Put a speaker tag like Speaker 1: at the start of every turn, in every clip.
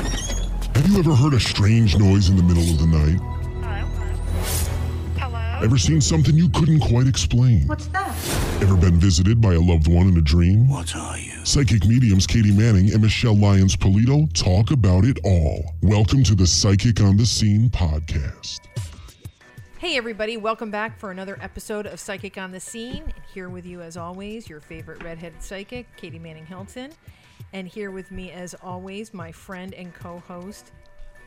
Speaker 1: Have you ever heard a strange noise in the middle of the night?
Speaker 2: Hello? Hello?
Speaker 1: Ever seen something you couldn't quite explain?
Speaker 3: What's that?
Speaker 1: Ever been visited by a loved one in a dream?
Speaker 4: What are you?
Speaker 1: Psychic mediums Katie Manning and Michelle Lyons Polito talk about it all. Welcome to the Psychic on the Scene podcast.
Speaker 5: Hey, everybody, welcome back for another episode of Psychic on the Scene. And here with you, as always, your favorite redheaded psychic, Katie Manning Hilton. And here with me, as always, my friend and co host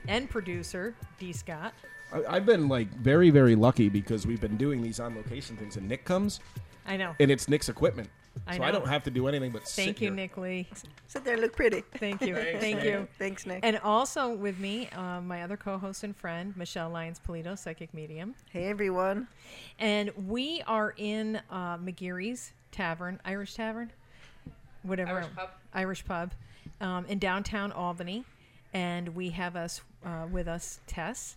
Speaker 5: and producer, D. Scott.
Speaker 6: I- I've been like very, very lucky because we've been doing these on location things, and Nick comes,
Speaker 5: I know.
Speaker 6: and it's Nick's equipment,
Speaker 5: I
Speaker 6: so I
Speaker 5: know.
Speaker 6: don't have to do anything but sit
Speaker 5: Thank you,
Speaker 6: here.
Speaker 5: Nick Lee.
Speaker 3: Sit there, and look pretty.
Speaker 5: Thank you. Thank you.
Speaker 3: Thanks, Nick.
Speaker 5: And also with me, uh, my other co host and friend, Michelle Lyons Polito, psychic medium.
Speaker 3: hey, everyone.
Speaker 5: And we are in uh, McGeary's Tavern, Irish Tavern, whatever.
Speaker 7: Irish pub.
Speaker 5: Irish pub, um, in downtown Albany. And we have us uh, with us Tess.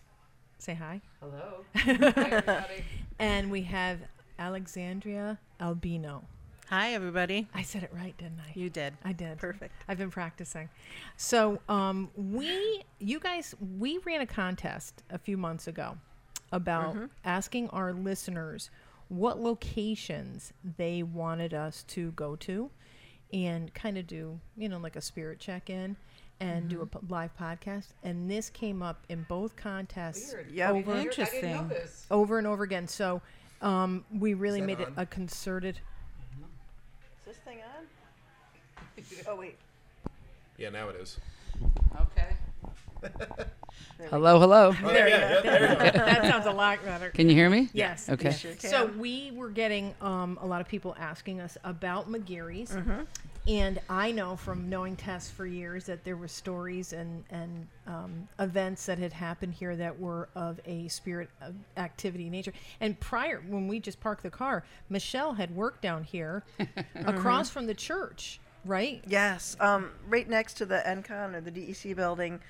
Speaker 5: Say hi.
Speaker 7: Hello. Hi, everybody.
Speaker 5: And we have Alexandria Albino.
Speaker 8: Hi, everybody.
Speaker 5: I said it right, didn't I?
Speaker 8: You did.
Speaker 5: I did.
Speaker 3: Perfect.
Speaker 5: I've been practicing. So um, we, you guys, we ran a contest a few months ago about asking our listeners what locations they wanted us to go to, and kind of do you know like a spirit check in. And do a p- live podcast, and this came up in both contests
Speaker 7: Weird.
Speaker 3: Yep.
Speaker 7: I
Speaker 8: Over-
Speaker 7: didn't hear- I didn't
Speaker 8: Interesting.
Speaker 7: know this.
Speaker 5: over and over again. So um, we really
Speaker 6: that
Speaker 5: made it
Speaker 6: on?
Speaker 5: a concerted.
Speaker 3: Is this thing on? Oh, wait.
Speaker 6: Yeah, now it is.
Speaker 7: Okay. hello, hello.
Speaker 5: Oh, that sounds a lot better.
Speaker 7: Can you hear me?
Speaker 5: Yes.
Speaker 7: Okay.
Speaker 5: So we were getting um, a lot of people asking us about McGarry's, and I know from knowing Tess for years that there were stories and and um, events that had happened here that were of a spirit of activity nature. And prior, when we just parked the car, Michelle had worked down here, across from the church, right?
Speaker 3: Yes, um, right next to the NCON or the DEC building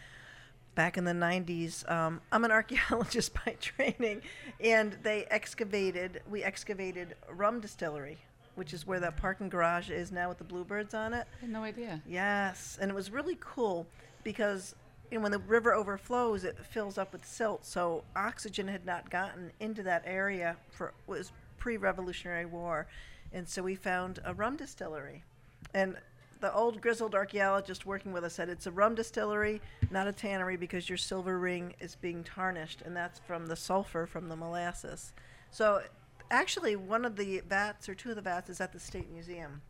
Speaker 3: back in the 90s. Um, I'm an archaeologist by training, and they excavated, we excavated a rum distillery, which is where that parking garage is now with the bluebirds on it.
Speaker 7: I had no idea.
Speaker 3: Yes, and it was really cool because you know, when the river overflows, it fills up with silt. So oxygen had not gotten into that area for was pre-Revolutionary War, and so we found a rum distillery, and the old grizzled archaeologist working with us said it's a rum distillery, not a tannery, because your silver ring is being tarnished, and that's from the sulfur from the molasses. So actually, one of the vats or two of the vats is at the state museum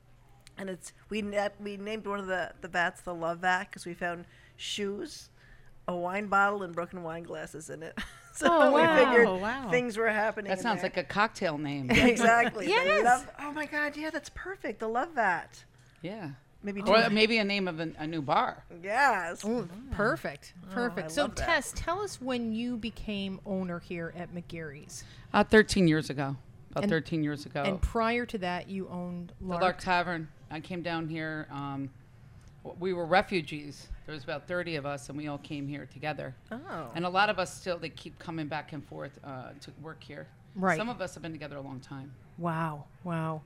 Speaker 3: and it's we na- we named one of the the vats the love vat because we found shoes, a wine bottle, and broken wine glasses in it. so
Speaker 5: Oh,
Speaker 3: we
Speaker 5: wow.
Speaker 3: figured
Speaker 8: Wow.
Speaker 3: things were happening.
Speaker 7: That
Speaker 3: in
Speaker 7: sounds
Speaker 3: there.
Speaker 7: like a cocktail name.
Speaker 3: exactly. They
Speaker 5: Yes.
Speaker 3: love- oh my god, yeah, that's perfect. The love vat.
Speaker 7: yeah.
Speaker 3: Maybe two.
Speaker 7: Or maybe a name of a, a new bar.
Speaker 3: yes.
Speaker 5: Perfect, perfect.
Speaker 3: I
Speaker 5: so
Speaker 3: love that.
Speaker 5: Tess, tell us when you became owner here at McGarry's,
Speaker 7: Uh, 13 years ago. About 13 years ago.
Speaker 5: and prior to that, you owned
Speaker 7: Oh. the
Speaker 5: Lark.
Speaker 7: Lark Tavern. I came down here. Um, w- we were refugees. There was about 30 of us, and we all came here together.
Speaker 3: Oh.
Speaker 7: And a lot of us still, they keep coming back and forth uh, to work here.
Speaker 5: Right.
Speaker 7: Some of us have been together a long time.
Speaker 5: Wow, wow.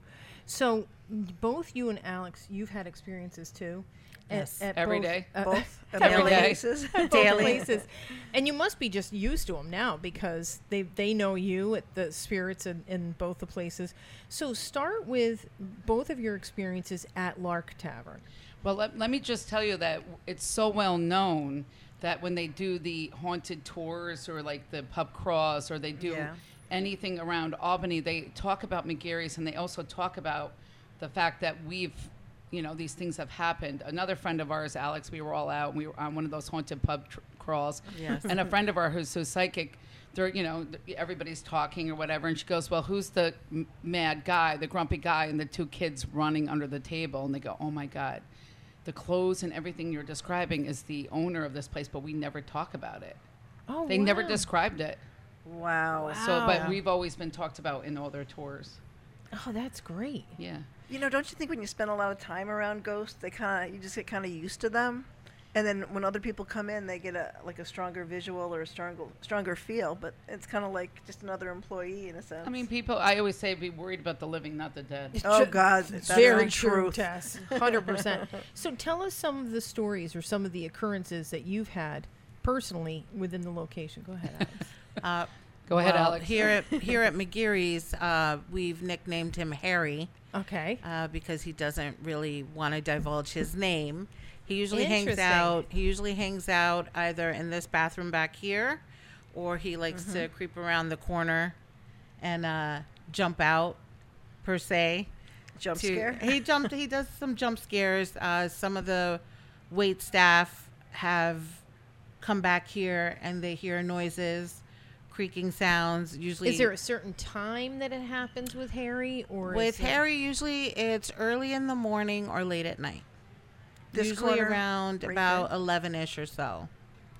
Speaker 5: So both you and Alex, you've had experiences too. At,
Speaker 8: Yes.
Speaker 5: at
Speaker 7: Every
Speaker 5: both,
Speaker 7: day.
Speaker 5: at
Speaker 3: Both
Speaker 7: Every
Speaker 3: Amelia
Speaker 7: day.
Speaker 3: Aces.
Speaker 5: both
Speaker 8: Daily.
Speaker 5: places, and you must be just used to them now because they they know you at the spirits in, in both the places. So start with both of your experiences at Lark Tavern.
Speaker 7: Well, let, let me just tell you that it's so well known that when they do the haunted tours or like the pub cross or they do
Speaker 3: Yeah.
Speaker 7: anything around Albany, they talk about McGarry's and they also talk about the fact that we've, you know, these things have happened. Another friend of ours, Alex, we were all out and we were on one of those haunted pub tr- crawls.
Speaker 8: Yes.
Speaker 7: And a friend of ours who's so psychic, they're, you know, th- everybody's talking or whatever. And she goes, Well, who's the m- mad guy, the grumpy guy, and the two kids running under the table? And they go, Oh my God. The clothes and everything you're describing is the owner of this place, but we never talk about it.
Speaker 5: Oh,
Speaker 7: They never
Speaker 5: wow.
Speaker 7: described it.
Speaker 3: Wow.
Speaker 7: So, but we've always been talked about in all their tours.
Speaker 5: Oh, that's great.
Speaker 7: Yeah.
Speaker 3: You know, don't you think when you spend a lot of time around ghosts, they kind of you just get kind of used to them. And then when other people come in, they get a like a stronger visual or a stronger stronger feel. But it's kind of like just another employee in a sense.
Speaker 7: I mean, people. I always say be worried about the living, not the dead.
Speaker 3: oh
Speaker 5: Ju-
Speaker 3: God, that's
Speaker 5: very
Speaker 3: the
Speaker 5: true,
Speaker 3: truth.
Speaker 5: Tess. Hundred percent. So tell us some of the stories or some of the occurrences that you've had personally within the location. Go ahead. Alex.
Speaker 4: Uh,
Speaker 7: Go ahead,
Speaker 4: well,
Speaker 7: Alex.
Speaker 4: Here at here at McGeary's, uh, we've nicknamed him Harry
Speaker 5: okay.
Speaker 4: uh, because he doesn't really want to divulge his name. He usually hangs
Speaker 5: Interesting.
Speaker 4: out. He usually hangs out either in this bathroom back here, or he likes to
Speaker 5: Mm-hmm.
Speaker 4: creep around the corner and uh, jump out, per se.
Speaker 3: Jump
Speaker 4: to-
Speaker 3: scare.
Speaker 4: He jumped. He does some jump scares. Uh, some of the wait staff have come back here and they hear noises, creaking sounds. Usually,
Speaker 5: Is there a certain time that it happens with Harry or
Speaker 4: with
Speaker 5: is it-
Speaker 4: Harry? Usually, it's early in the morning or late at night.
Speaker 3: This
Speaker 4: usually
Speaker 3: corner,
Speaker 4: around
Speaker 3: right
Speaker 4: about
Speaker 3: there?
Speaker 4: eleven ish or so.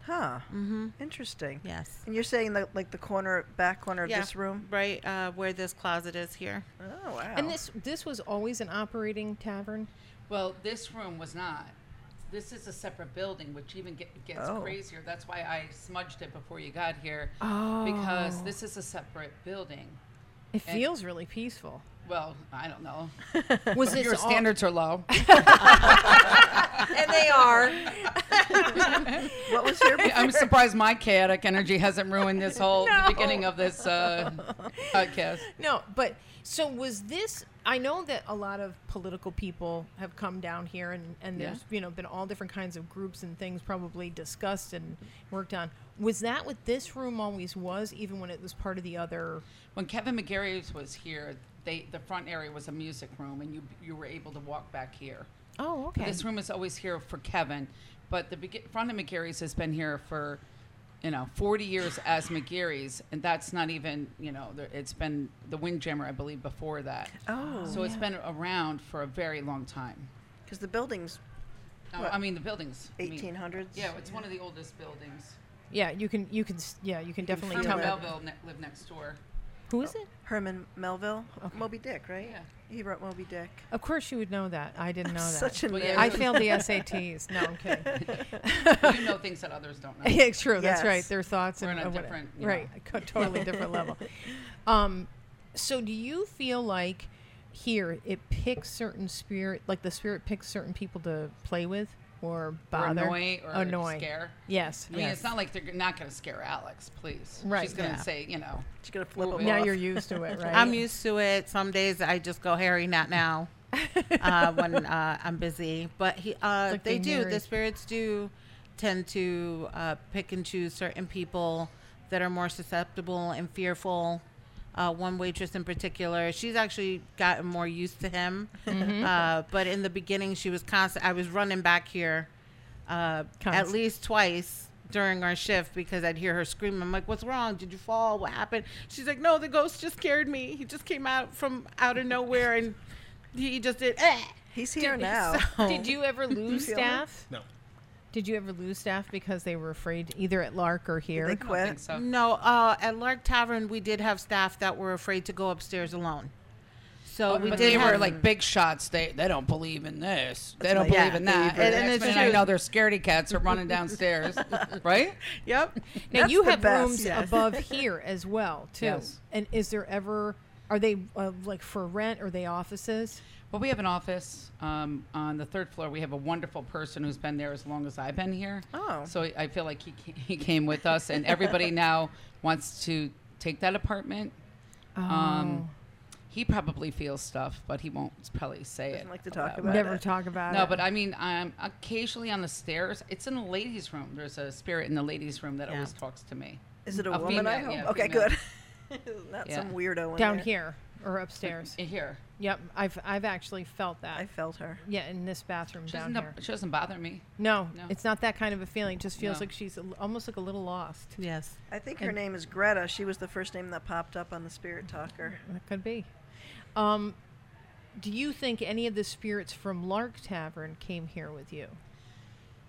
Speaker 3: Huh. Mm-hmm. Interesting.
Speaker 4: Yes.
Speaker 3: And you're saying that like the corner, back corner of
Speaker 4: Yeah,
Speaker 3: this room.
Speaker 4: right uh, where this closet is here.
Speaker 3: Oh wow.
Speaker 5: And this this was always an operating tavern.
Speaker 7: Well, this room was not. This is a separate building, which even get, gets
Speaker 3: Oh.
Speaker 7: crazier. That's why I smudged it before you got here. Oh. Because this is a separate building.
Speaker 5: It feels really peaceful.
Speaker 7: Well, I don't know.
Speaker 5: Was this
Speaker 7: Your
Speaker 5: all-
Speaker 7: standards are low.
Speaker 4: and they are.
Speaker 3: what was your?
Speaker 7: I'm surprised my chaotic energy hasn't ruined this whole the beginning of this uh, podcast.
Speaker 5: No, but so was this? I know that a lot of political people have come down here, and and
Speaker 7: Yeah.
Speaker 5: there's you know been all different kinds of groups and things probably discussed and worked on. Was that what this room always was, even when it was part of the other?
Speaker 7: When Kevin McGarry's was here, they the front area was a music room, and you you were able to walk back here.
Speaker 5: Oh, okay.
Speaker 7: This room is always here for Kevin, but the begi- front of McGarry's has been here for, you know, 40 years as McGarry's, and that's not even, you know, there, it's been the Windjammer, I believe, before that.
Speaker 3: oh,
Speaker 7: so it's been around for a very long time.
Speaker 3: because the building's
Speaker 7: No,
Speaker 3: What?
Speaker 7: I mean, the buildings. I mean-
Speaker 3: 1800s.
Speaker 7: Yeah, it's one of the oldest buildings.
Speaker 5: yeah, you can you can s- yeah you can definitely
Speaker 3: feel
Speaker 5: tell.
Speaker 7: Tom
Speaker 3: it.
Speaker 5: me.
Speaker 7: Melville ne- lived next door.
Speaker 5: Who is it?
Speaker 3: Herman Melville, Moby Dick, right?
Speaker 7: Yeah.
Speaker 3: He wrote Moby Dick.
Speaker 5: Of course you would know that. I didn't know that.
Speaker 3: Such a
Speaker 7: Well,
Speaker 3: nerd.
Speaker 7: yeah,
Speaker 5: I failed the SATs. No, I'm kidding.
Speaker 7: you know things that others don't know.
Speaker 5: Yeah, it's true. That's
Speaker 3: Yes.
Speaker 5: right. Their thoughts
Speaker 7: We're
Speaker 5: and
Speaker 7: on a
Speaker 5: uh, what-
Speaker 7: different, you
Speaker 5: right,
Speaker 7: know.
Speaker 5: a co- totally different level. Um, so, do you feel like here it picks certain spirit, like the spirit picks certain people to play with or bother,
Speaker 7: annoy or
Speaker 5: annoy.
Speaker 7: scare?
Speaker 5: Yes.
Speaker 7: I mean,
Speaker 5: yes.
Speaker 7: it's not like they're g- not going to scare Alex, please.
Speaker 5: Right,
Speaker 7: She's going to
Speaker 4: yeah.
Speaker 7: say, you know,
Speaker 3: She's gonna flip
Speaker 7: Well,
Speaker 3: him
Speaker 5: now
Speaker 3: off.
Speaker 5: you're used to it, right?
Speaker 4: I'm used to it. Some days I just go Harry, not now, uh, when uh, I'm busy. But he, uh,
Speaker 5: like
Speaker 4: they
Speaker 5: being
Speaker 4: do. The
Speaker 5: married.
Speaker 4: spirits do tend to uh, pick and choose certain people that are more susceptible and fearful. Uh, one waitress in particular, she's actually gotten more used to him.
Speaker 5: Mm-hmm.
Speaker 4: Uh, but in the beginning, she was constant. I was running back here uh, at
Speaker 5: Const-
Speaker 4: least twice during our shift because I'd hear her scream. I'm like, "What's wrong? Did you fall? What happened?" She's like, "No, the ghost just scared me. He just came out from out of nowhere and he just did." Eh.
Speaker 3: He's here now.
Speaker 5: Did you ever lose
Speaker 3: feel that?
Speaker 5: staff?
Speaker 6: No.
Speaker 5: Did you ever lose staff because they were afraid either at Lark or here?
Speaker 3: They
Speaker 7: I
Speaker 3: quit.
Speaker 7: think so.
Speaker 4: No, uh, at Lark Tavern, we did have staff that were afraid to go upstairs alone. So we
Speaker 7: Oh, but
Speaker 4: did
Speaker 7: they were
Speaker 4: have-
Speaker 7: like big shots. They they don't believe in this. They don't
Speaker 3: like-
Speaker 7: believe
Speaker 4: Yeah,
Speaker 7: in that.
Speaker 4: they-
Speaker 7: And,
Speaker 4: and
Speaker 7: the
Speaker 4: it's
Speaker 7: next minute I
Speaker 4: true.
Speaker 7: know their scaredy cats are running downstairs, right?
Speaker 4: "Yep."
Speaker 5: Now
Speaker 3: That's
Speaker 5: you
Speaker 3: the
Speaker 5: have
Speaker 3: best,
Speaker 5: rooms
Speaker 3: yes.
Speaker 5: above here as well too.
Speaker 7: Yes.
Speaker 5: And is there ever are they uh, like for rent? Are they offices?
Speaker 7: Well, we have an office um, on the third floor. We have a wonderful person who's been there as long as I've been here.
Speaker 3: Oh.
Speaker 7: So I feel like he, ca- he came with us, and everybody now wants to take that apartment. Um, he probably feels stuff, but he won't probably say it.
Speaker 3: Doesn't like to talk
Speaker 7: aloud.
Speaker 3: about
Speaker 5: Never
Speaker 3: it.
Speaker 5: talk about
Speaker 7: No,
Speaker 5: it.
Speaker 7: but I mean, um, occasionally on the stairs, it's in the ladies' room. There's a spirit in the ladies' room that
Speaker 4: Yeah.
Speaker 7: always talks to me.
Speaker 3: Is it a,
Speaker 7: A
Speaker 3: woman? I
Speaker 7: female,
Speaker 3: hope.
Speaker 7: yeah,
Speaker 3: okay,
Speaker 7: female.
Speaker 3: good. Not
Speaker 7: Yeah.
Speaker 3: some weirdo in
Speaker 5: down
Speaker 3: there.
Speaker 5: here or upstairs.
Speaker 7: In Here,
Speaker 5: yep, I've I've actually felt that.
Speaker 3: I felt her.
Speaker 5: yeah, in this bathroom
Speaker 7: she
Speaker 5: down
Speaker 7: doesn't,
Speaker 5: here.
Speaker 7: she doesn't bother me.
Speaker 5: No,
Speaker 7: No.
Speaker 5: it's not that kind of a feeling. It just feels
Speaker 7: No.
Speaker 5: like she's a, almost like a little lost.
Speaker 4: Yes.
Speaker 3: I think her name is Greta. She was the first name that popped up on the spirit talker.
Speaker 5: That could be. Um, do you think any of the spirits from Lark Tavern came here with you?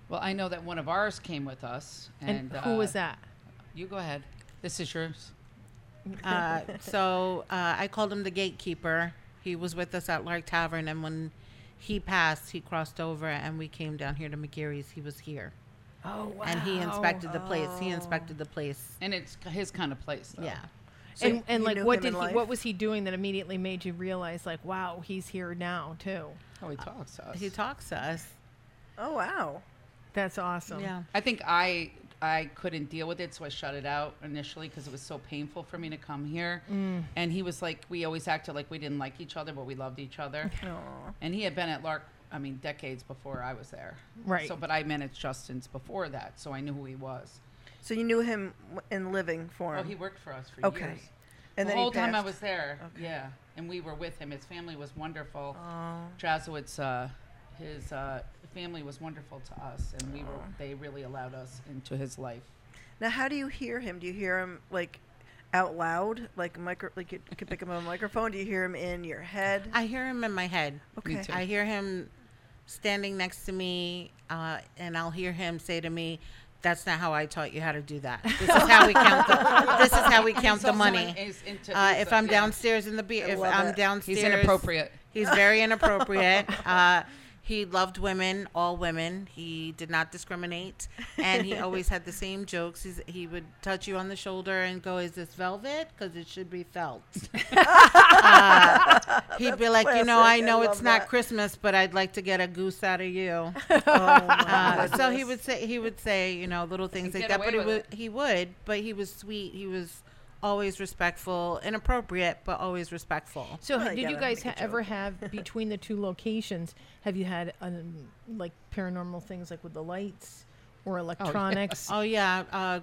Speaker 7: Well, I know that one of ours came with us,
Speaker 5: And,
Speaker 7: and,
Speaker 5: who was
Speaker 7: uh,
Speaker 5: that?
Speaker 7: You go ahead. This is yours.
Speaker 4: Uh, so uh, I called him the gatekeeper. He was with us at Lark Tavern, and when he passed, he crossed over, and we came down here to McGarry's. He was here.
Speaker 5: Oh wow.
Speaker 4: and he inspected the place. He inspected the place.
Speaker 7: and it's c- his kind of place. Though.
Speaker 4: Yeah.
Speaker 3: So
Speaker 5: And, and
Speaker 3: you
Speaker 5: like
Speaker 3: knew
Speaker 5: what
Speaker 3: him
Speaker 5: did
Speaker 3: in
Speaker 5: he
Speaker 3: life?
Speaker 5: what was he doing that immediately made you realize like wow he's here now too
Speaker 7: how Oh, he talks to us.
Speaker 4: He talks to us.
Speaker 3: Oh wow.
Speaker 5: that's awesome
Speaker 4: Yeah.
Speaker 7: I think I I couldn't deal with it, so I shut it out initially because it was so painful for me to come here. And he was like, we always acted like we didn't like each other, but we loved each other. And he had been at Lark, I mean, decades before I was there.
Speaker 5: Right.
Speaker 7: So, but I managed Justin's before that, so I knew who he was.
Speaker 3: So you knew him w- in living form.
Speaker 7: Oh, he worked for us for
Speaker 3: okay.
Speaker 7: years.
Speaker 3: And
Speaker 7: the
Speaker 3: then
Speaker 7: whole
Speaker 3: he
Speaker 7: time I
Speaker 3: passed.
Speaker 7: was there, yeah, and we were with him. His family was wonderful. Jazzowitz, uh, his uh, family was wonderful to us, and we were. They really allowed us into his life.
Speaker 3: Now, how do you hear him? Do you hear him like out loud, like micro, like you could pick him up on a microphone? Do you hear him in your head?
Speaker 4: I hear him in my head.
Speaker 3: Okay. Me too.
Speaker 4: I hear him standing next to me, uh, and I'll hear him say to me, "That's not how I taught you how to do that. This is how we count. The, this is how we count
Speaker 7: He's
Speaker 4: the
Speaker 7: also
Speaker 4: money.
Speaker 7: in- is into-
Speaker 4: uh,
Speaker 7: he's
Speaker 4: if
Speaker 7: a-
Speaker 4: I'm
Speaker 7: yeah.
Speaker 4: downstairs in the beer, if
Speaker 3: love
Speaker 4: I'm
Speaker 3: it.
Speaker 4: downstairs,
Speaker 7: inappropriate.
Speaker 4: He's very inappropriate. uh, he loved women, all women. He did not discriminate, and he always had the same jokes. He's, he would touch you on the shoulder and go, "Is this velvet? Because it should be felt." Uh, he'd be like, "You know, I
Speaker 3: classic. I
Speaker 4: know
Speaker 3: love
Speaker 4: it's not
Speaker 3: that." Oh,
Speaker 4: Christmas, but I'd like to get a goose out of you." Uh, so he would say he would say you know little things like
Speaker 7: get
Speaker 4: that, but
Speaker 7: away
Speaker 4: he
Speaker 7: with
Speaker 4: would he would, but he was sweet. He was always respectful, inappropriate, but always respectful.
Speaker 5: so
Speaker 3: Well,
Speaker 5: ha-
Speaker 3: you
Speaker 5: did you
Speaker 3: gotta
Speaker 5: guys
Speaker 3: make a
Speaker 5: ha- ever have between the two locations have you had um, like paranormal things like with the lights or electronics
Speaker 4: Oh yeah. Uh,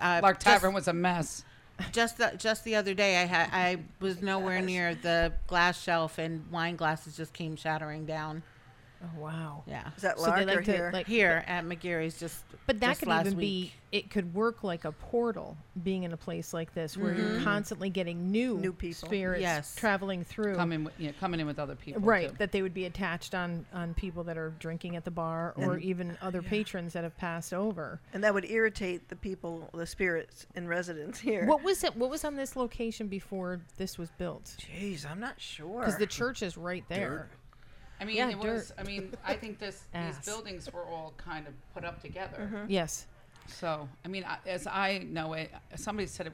Speaker 4: uh,
Speaker 7: Lark
Speaker 4: just-
Speaker 7: Tavern was a mess.
Speaker 4: Just the, just the other day, I had I was nowhere near the glass shelf, and wine glasses just came shattering down.
Speaker 5: oh wow
Speaker 4: Yeah,
Speaker 3: Is that
Speaker 5: So they
Speaker 3: Lark or
Speaker 5: like to,
Speaker 3: here?
Speaker 5: like-
Speaker 4: here at McGarry's, just
Speaker 5: But that
Speaker 4: just
Speaker 5: could
Speaker 4: last
Speaker 5: even
Speaker 4: week.
Speaker 5: be it could work like a portal being in a place like this where you're constantly getting new
Speaker 3: New people.
Speaker 5: spirits
Speaker 4: Mm-hmm. Yes.
Speaker 5: traveling through
Speaker 7: Coming, with, yeah, coming in with other people.
Speaker 5: right
Speaker 7: too.
Speaker 5: that they would be attached on on people that are drinking at the bar or even other patrons that have passed over.
Speaker 3: and that would irritate the people, the spirits in residence here.
Speaker 5: What was it what was on this location before this was built?
Speaker 3: Jeez, I'm not sure.
Speaker 5: Cuz the church is right there.
Speaker 7: I mean,
Speaker 5: Yeah,
Speaker 7: it
Speaker 5: dirt.
Speaker 7: was. I mean, I think this these
Speaker 5: Ass.
Speaker 7: buildings were all kind of put up together.
Speaker 3: Mm-hmm.
Speaker 5: Yes.
Speaker 7: So, I mean, I- as I know it, somebody said it,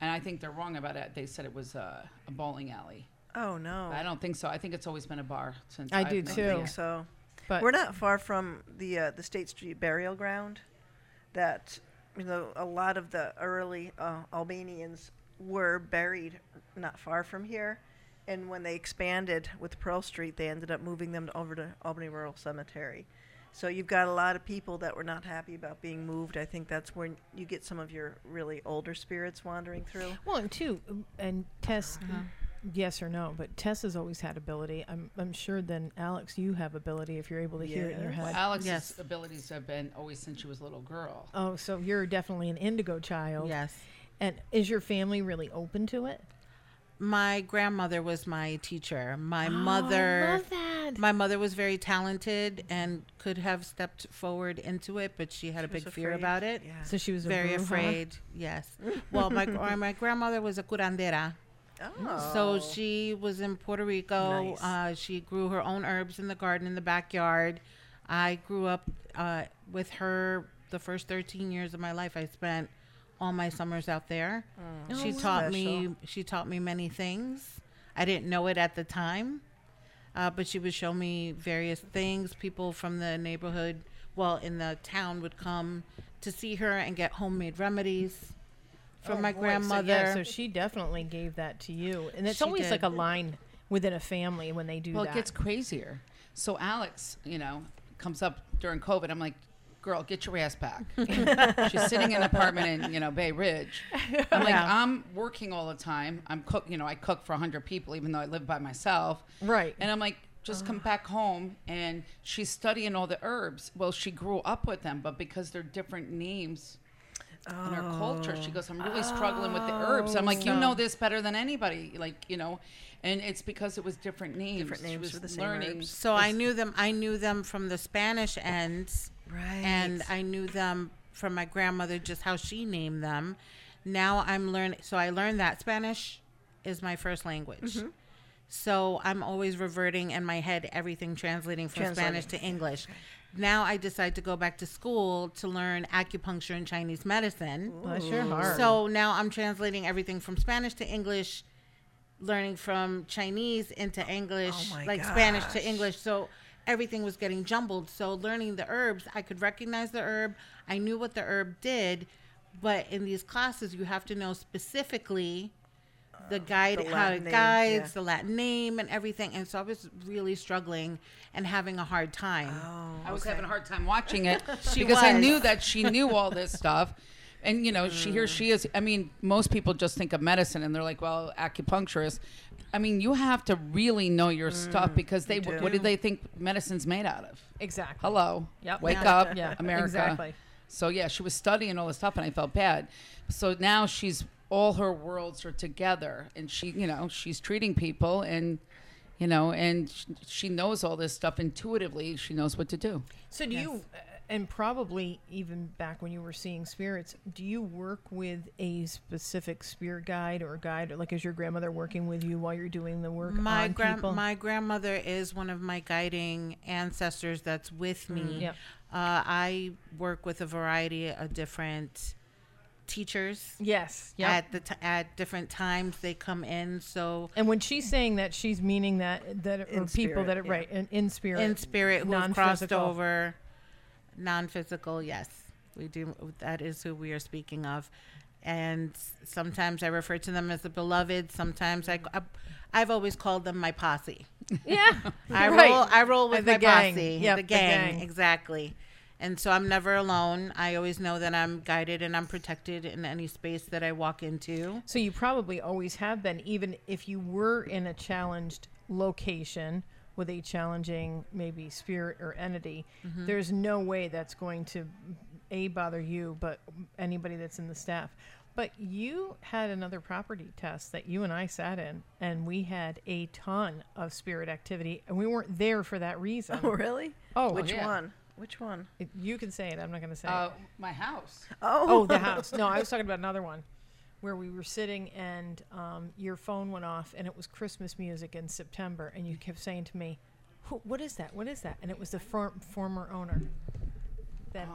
Speaker 7: and I think they're wrong about it. They said it was a, a bowling alley.
Speaker 3: oh no,
Speaker 7: I don't think so. I think it's always been a bar since
Speaker 5: I
Speaker 7: I've
Speaker 5: do
Speaker 7: been
Speaker 5: too.
Speaker 7: there.
Speaker 3: think so.
Speaker 5: But
Speaker 3: We're not far from the uh, the State Street burial ground. That you know, a lot of the early uh, Albanians were buried not far from here, and when they expanded with Pearl Street, they ended up moving them over to Albany Rural Cemetery. So you've got a lot of people that were not happy about being moved. I think that's when you get some of your really older spirits wandering through.
Speaker 5: Well, and two, and Tess, yes or no, but Tess has always had ability. I'm, I'm sure then, Alex, you have ability if you're able to hear it in your head.
Speaker 7: Alex's
Speaker 4: Yes.
Speaker 7: abilities have been always since she was a little girl.
Speaker 5: Oh, so you're definitely an indigo child.
Speaker 4: yes.
Speaker 5: And is your family really open to it?
Speaker 4: My grandmother was my teacher.
Speaker 5: Oh,
Speaker 4: My mother.
Speaker 5: that.
Speaker 4: My mother was very talented and could have stepped forward into it, but she had a
Speaker 3: was
Speaker 4: big fear
Speaker 3: afraid.
Speaker 4: about it.
Speaker 3: Yeah.
Speaker 5: So she was a
Speaker 4: Very
Speaker 5: brouhaha?
Speaker 4: afraid. Yes. Well, my gr- my grandmother was a curandera.
Speaker 3: Oh,
Speaker 4: So she was in Puerto Rico.
Speaker 3: Nice.
Speaker 4: Uh, she grew her own herbs in the garden in the backyard. I grew up uh, with her the first 13 years of my life. I spent all my summers out there.
Speaker 3: Mm.
Speaker 4: She
Speaker 5: Oh,
Speaker 4: taught me. She taught me many things. I didn't know it at the time, uh, but she would show me various things. People from the neighborhood, well, in the town, would come to see her and get homemade remedies from my
Speaker 5: Oh, So,
Speaker 4: grandmother.
Speaker 5: yeah, so she definitely gave that to you. And it's
Speaker 4: She
Speaker 5: always like
Speaker 4: did.
Speaker 5: a line within a family when they do
Speaker 7: Well,
Speaker 5: that.
Speaker 7: it gets crazier. So Alex, you know, comes up during COVID. I'm like, girl, get your ass back. She's sitting in an apartment in, you know, Bay Ridge. I'm like, I'm working all the time. I'm cook, you know, I cook for 100 people, even though I live by myself.
Speaker 5: Right.
Speaker 7: And I'm like, just come back home. And she's studying all the herbs. Well, she grew up with them, but because they're different names. In her culture, she goes, I'm really struggling with the herbs.
Speaker 3: Oh,
Speaker 7: I'm like, you know this better than anybody, like you know, and it's because it was different names.
Speaker 3: Different
Speaker 7: She
Speaker 3: names
Speaker 7: was
Speaker 3: for the same
Speaker 7: learning
Speaker 3: herbs.
Speaker 4: So I knew them. I knew them from the Spanish ends,
Speaker 3: Right.
Speaker 4: And I knew them from my grandmother, just how she named them. Now I'm learning. So I learned that Spanish is my first language. So I'm always reverting in my head everything translating from Spanish to English. now I decide to go back to school to learn acupuncture and Chinese medicine.
Speaker 5: Bless your heart.
Speaker 4: So now I'm translating everything from Spanish to English, learning from Chinese into English,
Speaker 3: Oh my
Speaker 4: like Spanish
Speaker 3: gosh.
Speaker 4: to English. So everything was getting jumbled. So learning the herbs, I could recognize the herb. I knew what the herb did, but in these classes, you have to know specifically the guide,
Speaker 3: the
Speaker 4: how
Speaker 3: Latin
Speaker 4: it
Speaker 3: name,
Speaker 4: guides,
Speaker 3: yeah.
Speaker 4: the Latin name, and everything. And so I was really struggling and having a hard time.
Speaker 3: Oh.
Speaker 7: I was having a hard time watching it because I
Speaker 4: was.
Speaker 7: knew that she knew all this stuff. And you know, she here she is. I mean, most people just think of medicine and they're like, well, acupuncturist. I mean, you have to really know your stuff
Speaker 3: Mm,
Speaker 7: because they what do they think medicine's made out of?
Speaker 5: exactly.
Speaker 7: Hello.
Speaker 5: Yep.
Speaker 7: Wake
Speaker 5: Yeah.
Speaker 7: up,
Speaker 5: Yeah,
Speaker 7: America.
Speaker 5: exactly.
Speaker 7: So yeah, she was studying all this stuff, and I felt bad. So now she's all her worlds are together, and she, you know, she's treating people, and you know, and sh- she knows all this stuff intuitively. She knows what to do.
Speaker 5: So do you, uh, and probably even back when you were seeing spirits, do you work with a specific spirit guide or guide, or like is your grandmother working with you while you're doing the work
Speaker 4: my
Speaker 5: on
Speaker 4: grand
Speaker 5: people?
Speaker 4: my grandmother is one of my guiding ancestors that's with me.
Speaker 5: Mm-hmm. Yep.
Speaker 4: Uh, I work with a variety of different teachers
Speaker 5: yes. Yep.
Speaker 4: at the t- at different times they come in. So
Speaker 5: and when she's saying that, she's meaning that that or
Speaker 3: In
Speaker 5: people
Speaker 3: spirit,
Speaker 5: that are
Speaker 3: yeah.
Speaker 5: right in, in spirit,
Speaker 4: in spirit, who have crossed
Speaker 5: non-physical.
Speaker 4: over, non physical. Yes, we do. That is who we are speaking of. And sometimes I refer to them as the beloved. Sometimes I,
Speaker 5: Mm-hmm.
Speaker 4: I I've always called them my posse.
Speaker 5: Yeah,
Speaker 4: I
Speaker 5: right.
Speaker 4: roll. I roll with
Speaker 5: The
Speaker 4: my
Speaker 5: gang.
Speaker 4: posse.
Speaker 5: Yep,
Speaker 4: the,
Speaker 5: the
Speaker 4: gang,
Speaker 5: gang.
Speaker 4: exactly. And so I'm never alone. I always know that I'm guided and I'm protected in any space that I walk into.
Speaker 5: So you probably always have been, even if you were in a challenged location with a challenging maybe spirit or entity. There's no way that's going to a bother you, but anybody that's in the staff. But you had another property test that you and I sat in, and we had a ton of spirit activity, and we weren't there for that reason.
Speaker 3: Really?
Speaker 5: Oh,
Speaker 3: which
Speaker 7: yeah.
Speaker 3: one? Which one?
Speaker 5: It- You can say it. I'm not going to say
Speaker 7: Uh,
Speaker 5: it.
Speaker 7: my house.
Speaker 5: Oh, the house. No, I was talking about another one where we were sitting and um, your phone went off and it was Christmas music in September. And you kept saying to me, "Who- What is that? What is that? And it was the for- former owner. That,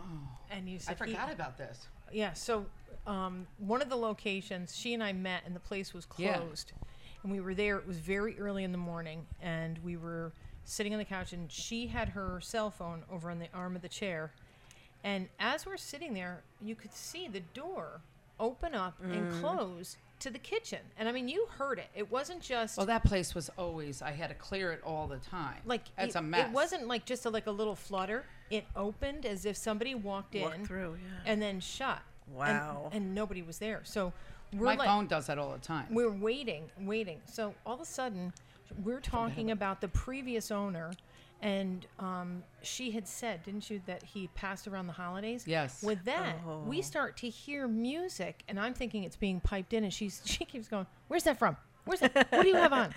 Speaker 5: And you said,
Speaker 7: Oh. I
Speaker 5: "He-
Speaker 7: forgot about this.
Speaker 5: yeah. So, um, one of the locations, she and I met, and the place was
Speaker 7: Yeah.
Speaker 5: closed. And we were there. It was very early in the morning, and we were sitting on the couch, and she had her cell phone over on the arm of the chair. And as we're sitting there, you could see the door open up and close to the kitchen. And I mean, you heard it. It wasn't just
Speaker 7: Well, that place was always. I had to clear it all the time.
Speaker 5: like
Speaker 7: it's
Speaker 5: it,
Speaker 7: a mess.
Speaker 5: It wasn't like just a, like a little flutter. It opened as if somebody walked
Speaker 3: Walked
Speaker 5: in
Speaker 3: through, yeah.
Speaker 5: and then shut. And-
Speaker 3: Wow.
Speaker 5: And, nobody was there. So we're
Speaker 7: My
Speaker 5: like
Speaker 7: phone does that all the time.
Speaker 5: we're waiting, waiting. So all of a sudden, we're talking about the previous owner. And um, she had said, didn't you, that he passed around the holidays?
Speaker 7: Yes.
Speaker 5: With that, we start to hear music, and I'm thinking it's being piped in, and she's she keeps going, "Where's that from? Where's that? What do you have on?"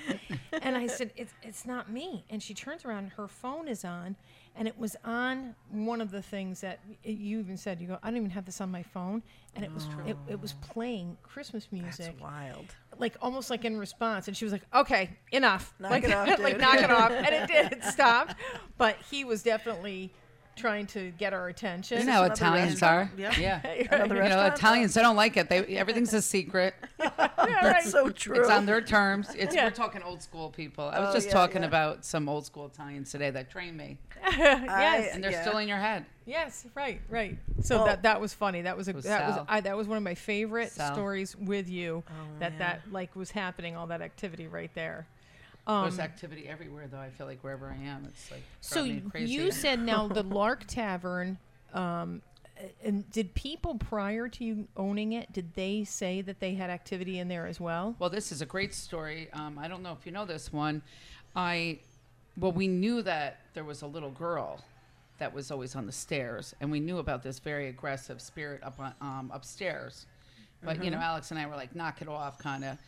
Speaker 5: and I said, "It's it's not me." And she turns around, her phone is on, and it was on one of the things that y- you even said. You go, "I don't even have this on my phone," and it was it, it was playing Christmas music
Speaker 3: It's wild.
Speaker 5: like almost like in response and she was like okay enough
Speaker 3: Knock
Speaker 5: like,
Speaker 3: it off,
Speaker 5: like
Speaker 3: dude.
Speaker 5: knock it off and it did it stopped but he was definitely trying to get our attention
Speaker 7: you know, how
Speaker 3: another
Speaker 7: Italians are.
Speaker 3: restaurant. Yep.
Speaker 7: Yeah.
Speaker 3: Another
Speaker 7: You know,
Speaker 3: restaurant?
Speaker 7: Italians. They don't like it. They everything's a secret.
Speaker 5: Yeah, right.
Speaker 3: That's so true.
Speaker 7: It's on their terms. It's
Speaker 5: Yeah.
Speaker 7: we're talking old school people. I was
Speaker 3: Oh,
Speaker 7: just
Speaker 3: yeah,
Speaker 7: talking
Speaker 3: yeah.
Speaker 7: about some old school Italians today that trained me,
Speaker 5: yes
Speaker 7: and they're
Speaker 3: Yeah.
Speaker 7: still in your head.
Speaker 5: yes right right so
Speaker 3: Well-
Speaker 5: that that was funny that was a
Speaker 7: was
Speaker 5: that was
Speaker 7: Sal.
Speaker 5: I, that was one of my favorite
Speaker 7: Sal.
Speaker 5: stories with you that
Speaker 3: Oh, man.
Speaker 5: that like was happening all that activity right there
Speaker 3: Um,
Speaker 7: There's activity everywhere, though. I feel like wherever I am, it's like
Speaker 5: so
Speaker 7: driving me crazy.
Speaker 5: you said now the lark tavern um and did people prior to you owning it did they say that they had activity in there as well
Speaker 7: Well, this is a great story. Um, I don't know if you know this one. I, well, we knew that there was a little girl that was always on the stairs, and we knew about this very aggressive spirit up on um, upstairs. But you know,
Speaker 3: Mm-hmm.
Speaker 7: Alex and I were like, knock it off, kind of.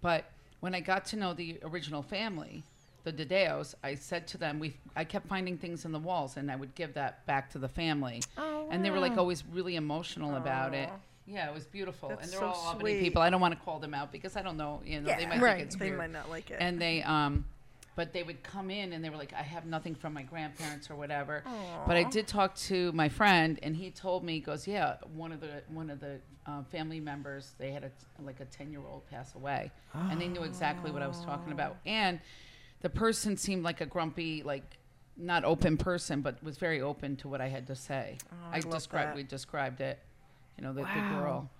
Speaker 7: But when I got to know the original family, the Dedeos, I said to them, we I kept finding things in the walls, and I would give that back to the family.
Speaker 5: Oh,
Speaker 7: And they were like
Speaker 5: wow.
Speaker 7: always really emotional about it. Yeah, it was beautiful,
Speaker 3: That's
Speaker 7: and they're
Speaker 3: so
Speaker 7: all Albany
Speaker 3: sweet.
Speaker 7: people. I don't want to call them out because I don't know. You know, they
Speaker 3: Yeah.
Speaker 7: might
Speaker 5: Right.
Speaker 7: think it's
Speaker 3: They
Speaker 7: weird.
Speaker 3: might not like it.
Speaker 7: And they um, But they would come in and they were like, I have nothing from my grandparents or whatever. But I did talk to my friend, and he told me, he goes, yeah, one of the one of the uh, family members, they had a like a ten year old pass away, and they knew exactly what I was talking about. And the person seemed like a grumpy, like not open person, but was very open to what I had to say. I,
Speaker 3: love
Speaker 7: described
Speaker 3: that.
Speaker 7: we described it, you know, the, the girl.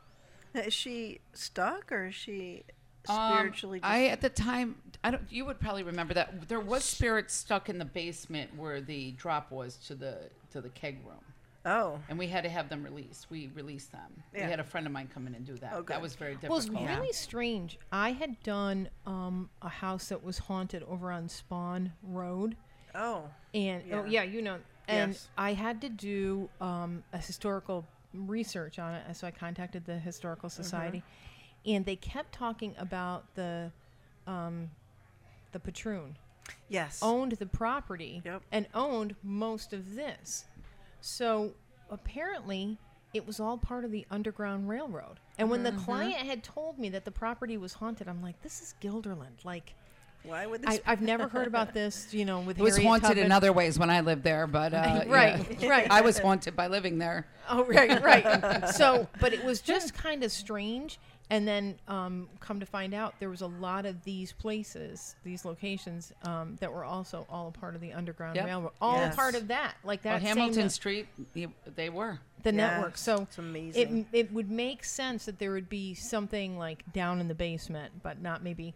Speaker 3: Is she stuck or is she
Speaker 7: Um,
Speaker 3: spiritually?
Speaker 7: I at the time I don't. You would probably remember that there was spirits stuck in the basement where the drop was to the to the keg room,
Speaker 3: dis- oh,
Speaker 7: and we had to have them released. We released them.
Speaker 3: Yeah.
Speaker 7: We had a friend of mine come in and do that.
Speaker 3: Oh, good.
Speaker 7: that was very
Speaker 5: Well,
Speaker 7: difficult.
Speaker 5: it's really strange. I had done um, a house that was haunted over on Spawn Road,
Speaker 3: oh,
Speaker 5: and oh
Speaker 3: Yeah.
Speaker 5: yeah, you know, and
Speaker 3: Yes.
Speaker 5: I had to do um, a historical research on it, and so I contacted the historical
Speaker 3: Mm-hmm.
Speaker 5: society, and they kept talking about the um, the patroon
Speaker 3: yes.
Speaker 5: owned the property
Speaker 3: Yep.
Speaker 5: and owned most of this, so apparently. It was all part of the Underground Railroad. And when
Speaker 3: Mm-hmm.
Speaker 5: the client had told me that the property was haunted, I'm like, this is Gilderland. Like,
Speaker 3: Why would this?
Speaker 5: I, I've never heard about this, you know, with
Speaker 7: it was
Speaker 5: Harriet
Speaker 7: haunted in
Speaker 5: Tubman.
Speaker 7: other ways when I lived there, but uh,
Speaker 5: Right,
Speaker 7: yeah.
Speaker 5: right.
Speaker 7: I was haunted by living there.
Speaker 5: Oh, right, right. so, but it was just kind of strange. And then, um, come to find out, there was a lot of these places, these locations um, that were also all a part of the Underground
Speaker 7: Yep.
Speaker 5: Railroad, all
Speaker 3: Yes.
Speaker 5: a part of that, like that
Speaker 7: Well,
Speaker 5: same
Speaker 7: Hamilton
Speaker 5: ne-
Speaker 7: Street, you- they were.
Speaker 5: the
Speaker 3: Yeah,
Speaker 5: network. So
Speaker 3: it's amazing.
Speaker 5: It it would make sense that there would be something like down in the basement, but not maybe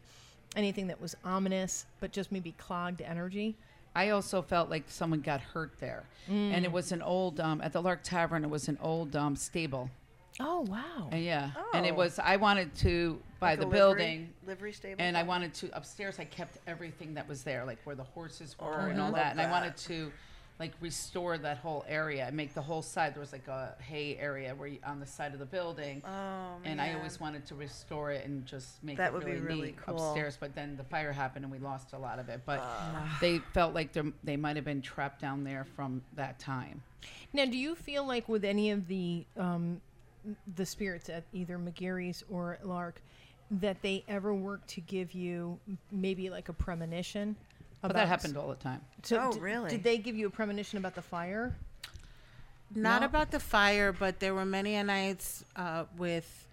Speaker 5: anything that was ominous, but just maybe clogged energy.
Speaker 7: I also felt like someone got hurt there, and
Speaker 5: Mm.
Speaker 7: it was an old um, at the Lark Tavern. It was an old um, stable.
Speaker 5: Oh wow!
Speaker 7: Uh, Yeah. And it
Speaker 3: Oh.
Speaker 7: was I wanted to buy
Speaker 3: Like a
Speaker 7: the
Speaker 3: livery-
Speaker 7: building
Speaker 3: livery stable.
Speaker 7: and I wanted to upstairs I kept everything that was there, like where the horses were
Speaker 3: Oh,
Speaker 7: and
Speaker 3: I
Speaker 7: all
Speaker 3: love
Speaker 7: that. And I
Speaker 3: that.
Speaker 7: wanted to like restore that whole area and make the whole side there was like a hay area where you, on the side of the building.
Speaker 3: Oh,
Speaker 7: and I always
Speaker 3: man.
Speaker 7: wanted to restore it and just make
Speaker 3: That
Speaker 7: it
Speaker 3: would be
Speaker 7: really,
Speaker 3: really
Speaker 7: neat
Speaker 3: cool.
Speaker 7: upstairs. But then the fire happened and we lost a lot of it. But
Speaker 3: Ah.
Speaker 7: they felt like there- they might have been trapped down there from that time.
Speaker 5: Now, do you feel like with any of the um, the spirits at either McGarry's or at Lark that they ever work to give you m- maybe like a premonition?
Speaker 7: But that happened all the time.
Speaker 5: to-
Speaker 3: Oh,
Speaker 5: d-
Speaker 3: really?
Speaker 5: Did they give you a premonition about the fire?
Speaker 4: Not
Speaker 7: No.
Speaker 4: about the fire, but there were many nights uh, with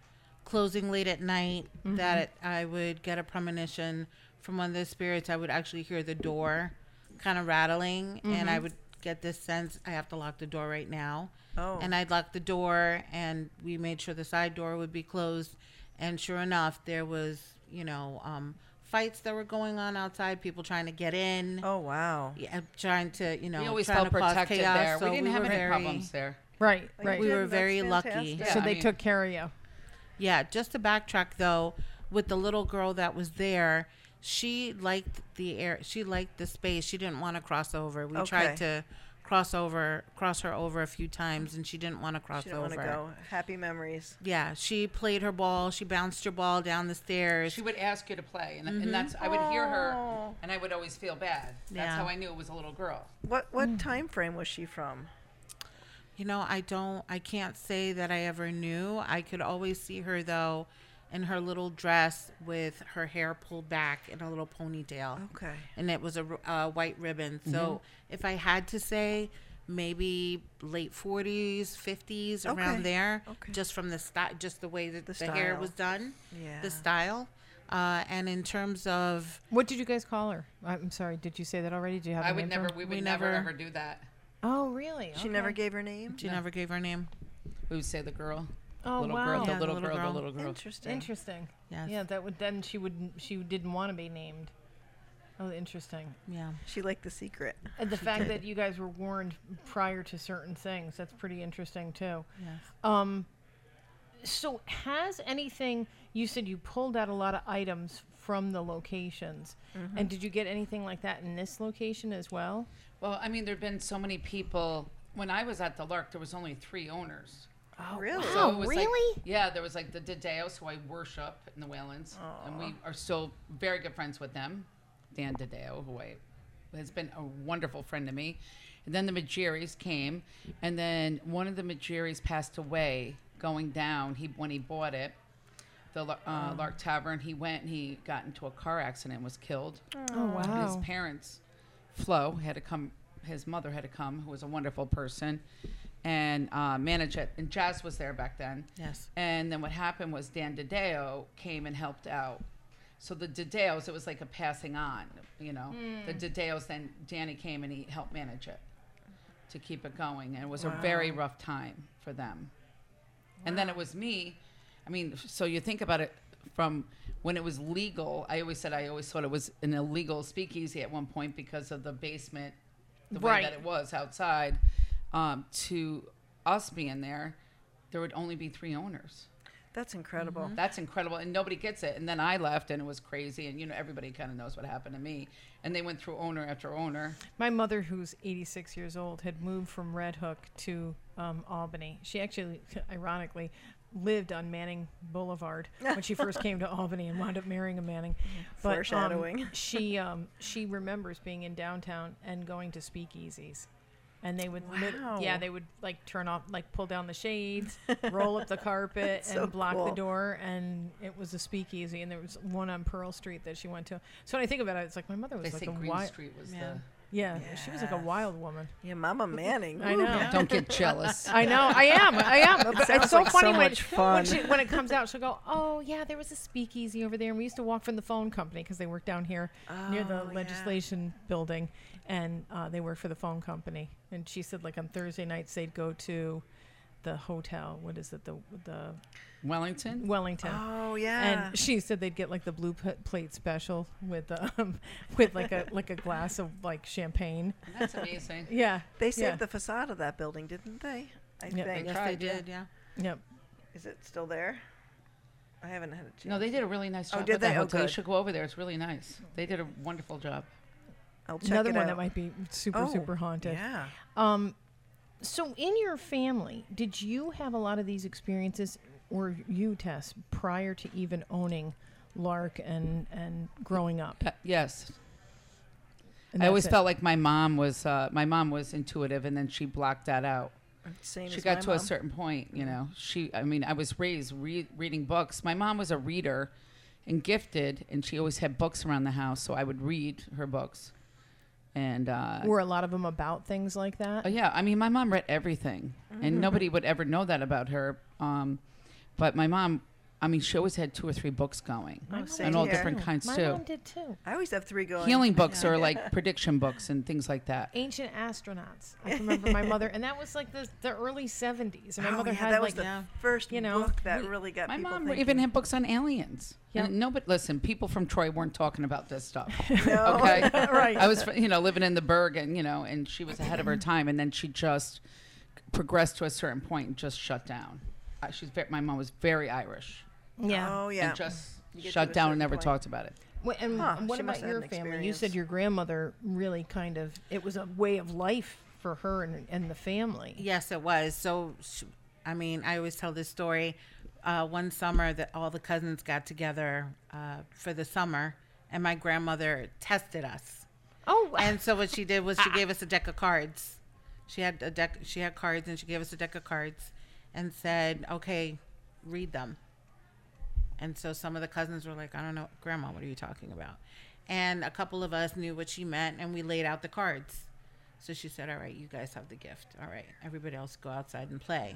Speaker 4: closing late at night
Speaker 7: Mm-hmm.
Speaker 4: that I would get a premonition from one of the spirits. I would actually hear the door kind of rattling, and
Speaker 7: Mm-hmm.
Speaker 4: I would get this sense I have to lock the door right now.
Speaker 3: Oh.
Speaker 4: And I'd lock the door, and we made sure the side door would be closed. And sure enough, there was, you know, um, fights that were going on outside, people trying to get in.
Speaker 3: Oh wow.
Speaker 4: Yeah, trying to, you know,
Speaker 7: we always
Speaker 4: trying
Speaker 7: felt
Speaker 4: to cause
Speaker 7: protected
Speaker 4: chaos,
Speaker 7: there.
Speaker 4: so
Speaker 7: we didn't have
Speaker 4: were
Speaker 7: any
Speaker 4: very-
Speaker 7: problems there.
Speaker 5: Right,
Speaker 3: Oh, you
Speaker 5: right.
Speaker 4: We
Speaker 3: did?
Speaker 4: were
Speaker 3: That's
Speaker 4: very lucky.
Speaker 3: fantastic.
Speaker 7: Yeah,
Speaker 5: so
Speaker 7: I
Speaker 5: they
Speaker 7: mean-
Speaker 5: took care of you.
Speaker 4: Yeah, just to backtrack though, with the little girl that was there, she liked the air. She liked the space. She didn't want to cross over. We
Speaker 3: Okay.
Speaker 4: tried to cross over, cross her over a few times, and she didn't want to cross
Speaker 3: She didn't
Speaker 4: over.
Speaker 3: want to go. Happy memories.
Speaker 4: Yeah, she played her ball. She bounced her ball down the stairs.
Speaker 7: She would ask you to play, and, and that's I would hear her,
Speaker 3: Oh.
Speaker 7: and I would always feel bad. That's
Speaker 4: Yeah.
Speaker 7: how I knew it was a little girl.
Speaker 3: What what
Speaker 5: Mm.
Speaker 3: time frame was she from?
Speaker 4: you know, I don't. I can't say that I ever knew. I could always see her though, in her little dress with her hair pulled back in a little ponytail.
Speaker 3: Okay.
Speaker 4: and it was a r- uh, white ribbon. So if I had to say, maybe late 40s, 50s,
Speaker 3: Okay.
Speaker 4: around there,
Speaker 3: Okay.
Speaker 4: just from the style, just the way that the,
Speaker 3: The
Speaker 4: hair
Speaker 3: style.
Speaker 4: was done,
Speaker 3: Yeah.
Speaker 4: the style. Uh, and in terms of,
Speaker 5: What did you guys call her? I'm sorry. Did you say that already? Do you have?
Speaker 7: I
Speaker 5: a
Speaker 7: would
Speaker 5: name for
Speaker 7: never,
Speaker 5: her?
Speaker 7: we would
Speaker 4: We
Speaker 7: never,
Speaker 4: never-
Speaker 7: ever do that.
Speaker 5: Oh, really?
Speaker 3: She never gave her name.
Speaker 4: she never gave her name.
Speaker 7: We would say the girl,
Speaker 5: Oh
Speaker 7: little
Speaker 5: wow.
Speaker 7: girl, the
Speaker 4: Yeah, the
Speaker 7: little
Speaker 4: little
Speaker 7: girl,
Speaker 4: girl.
Speaker 7: the little girl.
Speaker 3: Interesting.
Speaker 5: Interesting.
Speaker 4: Yes.
Speaker 5: Yeah, that would then she would she didn't want to be named. Oh, interesting.
Speaker 4: Yeah.
Speaker 3: She liked the secret.
Speaker 5: And the fact that you guys were warned prior to certain things, that's pretty interesting too.
Speaker 4: Yes.
Speaker 5: Um, so has anything you said you pulled out a lot of items from the locations. And did you get anything like that in this location as well?
Speaker 7: Well, I mean, there've been so many people. When I was at the Lark, there was only three owners.
Speaker 3: Oh, really?
Speaker 7: So
Speaker 5: Oh,
Speaker 7: it was like-
Speaker 5: really?
Speaker 7: yeah, there was like the Dedeos, who I worship in the Whalens, and we are still very good friends with them. Dan Dedeo, who I has been a wonderful friend to me. And then the Majeris came, and then one of the Majeris passed away going down. He when he bought it, the Lar- uh, Lark Tavern. He went and he got into a car accident and was killed.
Speaker 5: Oh
Speaker 7: His parents, Flo, had to come. His mother had to come, who was a wonderful person, and uh, manage it. And Jazz was there back then.
Speaker 4: Yes.
Speaker 7: And then what happened was Dan DiDeo came and helped out. So the DiDeos, it was like a passing on, you know. The DiDeos, then Danny came and he helped manage it to keep it going. And it was a very rough time for them. And then it was me. I mean, f- so you think about it from when it was legal. I always said I always thought it was an illegal speakeasy at one point because of the basement, the way
Speaker 5: Right.
Speaker 7: that it was outside. Um, to us being there, there would only be three owners.
Speaker 3: That's incredible.
Speaker 5: Mm-hmm.
Speaker 7: That's incredible, and nobody gets it. And then I left, and it was crazy. And you know, everybody kind of knows what happened to me. And they went through owner after owner.
Speaker 5: My mother, who's 86 years old, had moved from Red Hook to um, Albany. She actually, ironically, lived on Manning Boulevard when she first came to Albany and wound up marrying a Manning. But, um,
Speaker 3: Foreshadowing.
Speaker 5: she um, she remembers being in downtown and going to speakeasies. And they would, lit-
Speaker 3: Wow.
Speaker 5: yeah, they would like turn off, like pull down the shades, roll up the carpet, and
Speaker 3: so
Speaker 5: block
Speaker 3: cool.
Speaker 5: the door. And it was a speakeasy, and there was one on Pearl Street that she went to. So when I think about it, it's like my mother
Speaker 7: They
Speaker 5: was like a
Speaker 7: say Green
Speaker 5: wild,
Speaker 7: Street was
Speaker 4: Yeah.
Speaker 5: yeah, she was like a
Speaker 3: Yes.
Speaker 5: wild woman.
Speaker 3: Yeah, Mama Manning.
Speaker 5: Mm-hmm. I
Speaker 3: Ooh.
Speaker 7: the.
Speaker 5: know.
Speaker 7: Don't get jealous.
Speaker 5: I know. I am. I am. But
Speaker 3: sounds
Speaker 5: it's so
Speaker 3: like so
Speaker 5: funny when,
Speaker 3: much fun.
Speaker 5: when, she, when it comes out, she'll go, "Oh yeah, there was a speakeasy over there, and we used to walk from the phone company because they work down here near the
Speaker 3: Oh, yeah.
Speaker 5: legislation building, and uh, they work for the phone company." And she said, like on Thursday nights, they'd go to the hotel. What is it? The the
Speaker 7: Wellington.
Speaker 5: Wellington.
Speaker 3: Oh yeah.
Speaker 5: And she said they'd get like the blue p- plate special with um, with like a like a glass of like champagne.
Speaker 7: That's amazing.
Speaker 5: Yeah,
Speaker 3: they saved
Speaker 5: yeah.
Speaker 3: the facade of that building, didn't they? I
Speaker 5: Yeah.
Speaker 3: think.
Speaker 4: Yes, they
Speaker 7: tried, yeah.
Speaker 4: did. Yeah.
Speaker 5: Yep.
Speaker 3: Is it still there? I haven't had a chance.
Speaker 7: No, they did a really nice
Speaker 3: Oh,
Speaker 7: job.
Speaker 3: did
Speaker 7: with that
Speaker 3: they? Oh,
Speaker 7: hotel. You
Speaker 3: good.
Speaker 7: should go over there. It's really nice. They did a wonderful job.
Speaker 3: I'll check
Speaker 5: Another
Speaker 3: it
Speaker 5: one
Speaker 3: out.
Speaker 5: that might be super
Speaker 3: Oh,
Speaker 5: super haunted.
Speaker 3: Yeah.
Speaker 5: Um, so in your family, did you have a lot of these experiences, or you, Tess, prior to even owning Lark and and growing up?
Speaker 7: Uh, yes,
Speaker 5: And
Speaker 7: I
Speaker 5: that's
Speaker 7: always
Speaker 5: it?
Speaker 7: felt like my mom was uh, my mom was intuitive, and then she blocked that out.
Speaker 3: Same
Speaker 7: she
Speaker 3: as
Speaker 7: got
Speaker 3: my
Speaker 7: to a
Speaker 3: mom.
Speaker 7: certain point you know she i mean i was raised re- reading books my mom was a reader and gifted and she always had books around the house so i would read her books and uh,
Speaker 5: were a lot of them about things like
Speaker 7: oh,
Speaker 5: that.
Speaker 7: yeah i mean my mom read everything
Speaker 3: Mm-hmm.
Speaker 7: and nobody would ever know that about her um, but my mom i mean she always had two or three books going
Speaker 3: Oh, same
Speaker 7: and all
Speaker 3: here.
Speaker 7: different kinds
Speaker 5: My
Speaker 7: too
Speaker 5: mom did too.
Speaker 3: I always have three going. Oh,
Speaker 7: healing books or like prediction books and things like that
Speaker 5: Ancient astronauts. I can remember my mother, and that was like the, the early seventies. And my
Speaker 3: Oh,
Speaker 5: mother
Speaker 3: yeah,
Speaker 5: had
Speaker 3: that was
Speaker 5: like
Speaker 3: the
Speaker 4: yeah.
Speaker 3: first
Speaker 5: you know,
Speaker 3: book that really got
Speaker 7: my
Speaker 3: people
Speaker 7: mom
Speaker 3: thinking.
Speaker 7: even had books on aliens.
Speaker 5: Yep.
Speaker 7: And nobody, listen, people from Troy weren't talking about this stuff.
Speaker 3: No.
Speaker 7: Okay.
Speaker 5: Right.
Speaker 7: I was, you know, living in the Berg and, you know, and she was ahead of her time. And then she just progressed to a certain point and just shut down. Uh, She's very, my mom was very Irish
Speaker 5: yeah.
Speaker 3: Oh yeah.
Speaker 7: and just
Speaker 3: You get to
Speaker 7: shut
Speaker 3: a
Speaker 7: down
Speaker 3: certain
Speaker 7: and never
Speaker 3: point.
Speaker 7: talked about it.
Speaker 5: Wha- and
Speaker 3: Huh,
Speaker 5: what
Speaker 3: she must
Speaker 5: about
Speaker 3: have had
Speaker 5: your
Speaker 3: an
Speaker 5: family? You
Speaker 3: experience.
Speaker 5: said your grandmother really kind of it was a way of life for her and, and the family.
Speaker 4: Yes, it was. So, sh I mean, I always tell this story. Uh, one summer, that all the cousins got together uh, for the summer, and my grandmother tested us.
Speaker 5: Oh,
Speaker 4: And so what she did was she gave us a deck of cards. She had a deck. She had cards, and she gave us a deck of cards, and said, "Okay, read them." And so some of the cousins were like, "I don't know, Grandma, what are you talking about?" And a couple of us knew what she meant, and we laid out the cards. So she said, "All right, you guys have the gift. All right, everybody else go outside and play."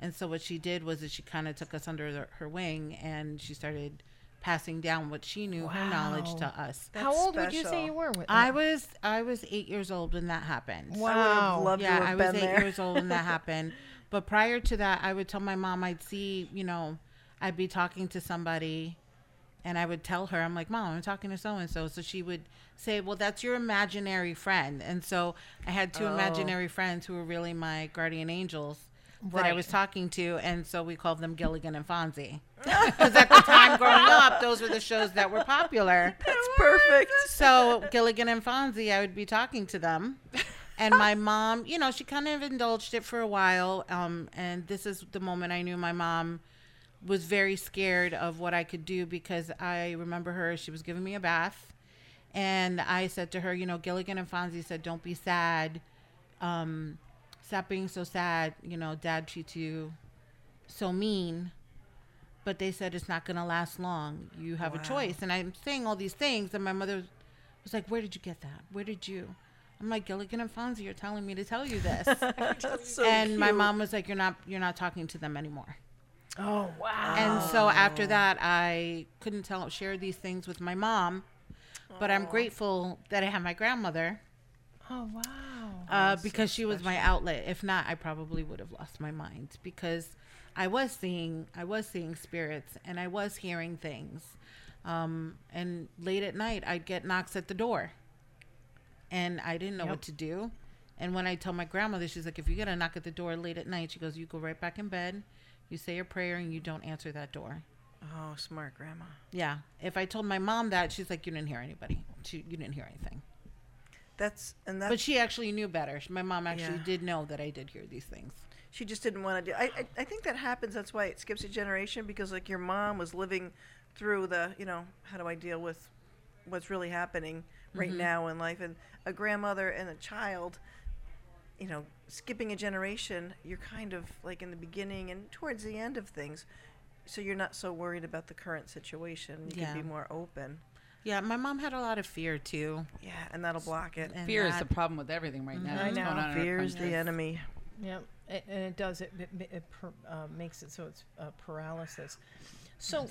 Speaker 4: And so what she did was that she kind of took us under the, her wing, and she started passing down what she knew, her knowledge
Speaker 5: Wow.
Speaker 4: to us.
Speaker 5: how
Speaker 3: That's
Speaker 5: old would you
Speaker 3: special.
Speaker 5: say you were? With
Speaker 4: I was I was eight years old when that happened.
Speaker 5: Wow.
Speaker 3: I would have loved
Speaker 4: Yeah,
Speaker 3: to
Speaker 4: I
Speaker 3: have
Speaker 4: was
Speaker 3: been
Speaker 4: eight
Speaker 3: there.
Speaker 4: years old when that happened. But prior to that, I would tell my mom I'd see, you know, I'd be talking to somebody, and I would tell her, I'm like, Mom, I'm talking to so and so. So she would say, Well, that's your imaginary friend. And so I had
Speaker 3: Oh.
Speaker 4: two imaginary friends who were really my guardian angels. That I
Speaker 5: Right.
Speaker 4: was talking to, and so we called them Gilligan and Fonzie. Because at the time growing up, those were the shows that were popular.
Speaker 3: That's perfect.
Speaker 4: So Gilligan and Fonzie, I would be talking to them. And my mom, you know, she kind of indulged it for a while. Um, and this is the moment I knew my mom was very scared of what I could do because I remember her, she was giving me a bath. And I said to her, you know, Gilligan and Fonzie said, don't be sad. Um, stop being so sad. You know, dad treats you so mean but they said it's not going to last long. You have a choice. And I'm saying all these things, and my mother was like, Where did you get that? Where did you? I'm like, Gilligan and Fonzie are telling me to tell you this.
Speaker 3: That's so
Speaker 4: and my
Speaker 3: cute.
Speaker 4: mom was like, You're not you're not talking to them anymore.
Speaker 5: Oh wow.
Speaker 4: And so after that, I couldn't tell share these things with my mom, but I'm grateful that I had my grandmother
Speaker 5: Oh wow.
Speaker 4: uh, because she was my outlet. If not, I probably would have lost my mind because I was seeing I was seeing spirits and I was hearing things. Um, and late at night, I'd get knocks at the door, and I didn't know what to do. And when I tell my grandmother, she's like, "If you get a knock at the door late at night, she goes, you go right back in bed, you say your prayer, and you don't answer that door."
Speaker 3: Oh, smart grandma.
Speaker 4: Yeah. If I told my mom that, she's like, "You didn't hear anybody. She, you didn't hear anything."
Speaker 3: That's and that's
Speaker 4: But she actually knew better. She- My mom actually
Speaker 3: Yeah.
Speaker 4: did know that I did hear these things.
Speaker 3: she just didn't want to do. I, I I think that happens. That's why it skips a generation because like your mom was living through the you know how do I deal with what's really happening right
Speaker 5: Mm-hmm.
Speaker 3: now in life and a grandmother and a child. You know, skipping a generation, you're kind of like in the beginning and towards the end of things, so you're not so worried about the current situation. You
Speaker 4: Yeah.
Speaker 3: can be more open.
Speaker 4: Yeah, my mom had a lot of fear too.
Speaker 3: Yeah, and that'll block it.
Speaker 4: And
Speaker 7: Fear is
Speaker 4: that-
Speaker 7: the problem with everything right now.
Speaker 5: I
Speaker 7: that's
Speaker 5: know.
Speaker 7: going on in our
Speaker 3: Fear is the
Speaker 7: country.
Speaker 3: enemy.
Speaker 5: Yep, a- and it does. It, it, it per, uh, makes it so it's uh, paralysis. So,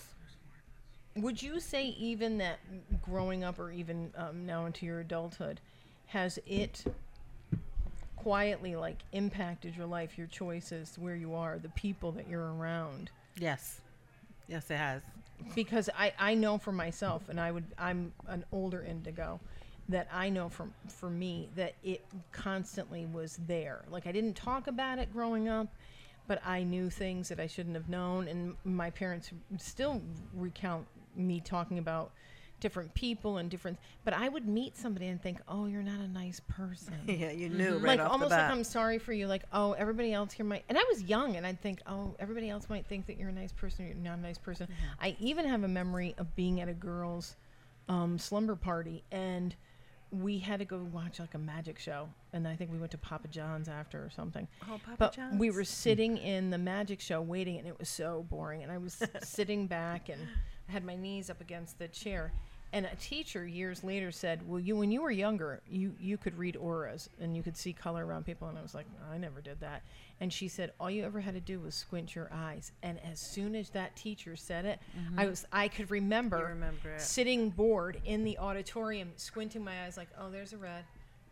Speaker 5: would you say even that growing up, or even um, now into your adulthood, has it quietly like impacted your life, your choices, where you are, the people that you're around?
Speaker 4: Yes. Yes, it has.
Speaker 5: because I, I know for myself and I would I'm an older indigo that I know from for me that it constantly was there. Like I didn't talk about it growing up, but I knew things that I shouldn't have known and my parents still recount me talking about different people and different but I would meet somebody and think, "Oh, you're not a nice person."
Speaker 3: Yeah, you knew right
Speaker 5: Mm-hmm. Mm, like
Speaker 3: off
Speaker 5: almost
Speaker 3: the
Speaker 5: like
Speaker 3: bat.
Speaker 5: I'm sorry for you. Like, oh, everybody else here might. And I was young, and I'd think, oh, everybody else might think that you're a nice person. Or you're not a nice person.
Speaker 3: Mm-hmm.
Speaker 5: I even have a memory of being at a girl's um, slumber party, and we had to go watch like a magic show, and I think we went to Papa John's after or something.
Speaker 3: Oh, Papa
Speaker 5: but we
Speaker 3: John's.
Speaker 5: were sitting in the magic show waiting, and it was so boring. And I was sitting back, and I had my knees up against the chair. And a teacher years later said, "Well, you when you were younger, you you could read auras and you could see color around people." And I was like, "I never did that." And she said, "All you ever had to do was squint your eyes." And as soon as that teacher said it, I was I could remember,
Speaker 3: Mm-hmm. remember it.
Speaker 5: sitting bored in the auditorium, squinting my eyes like, "Oh, there's a red."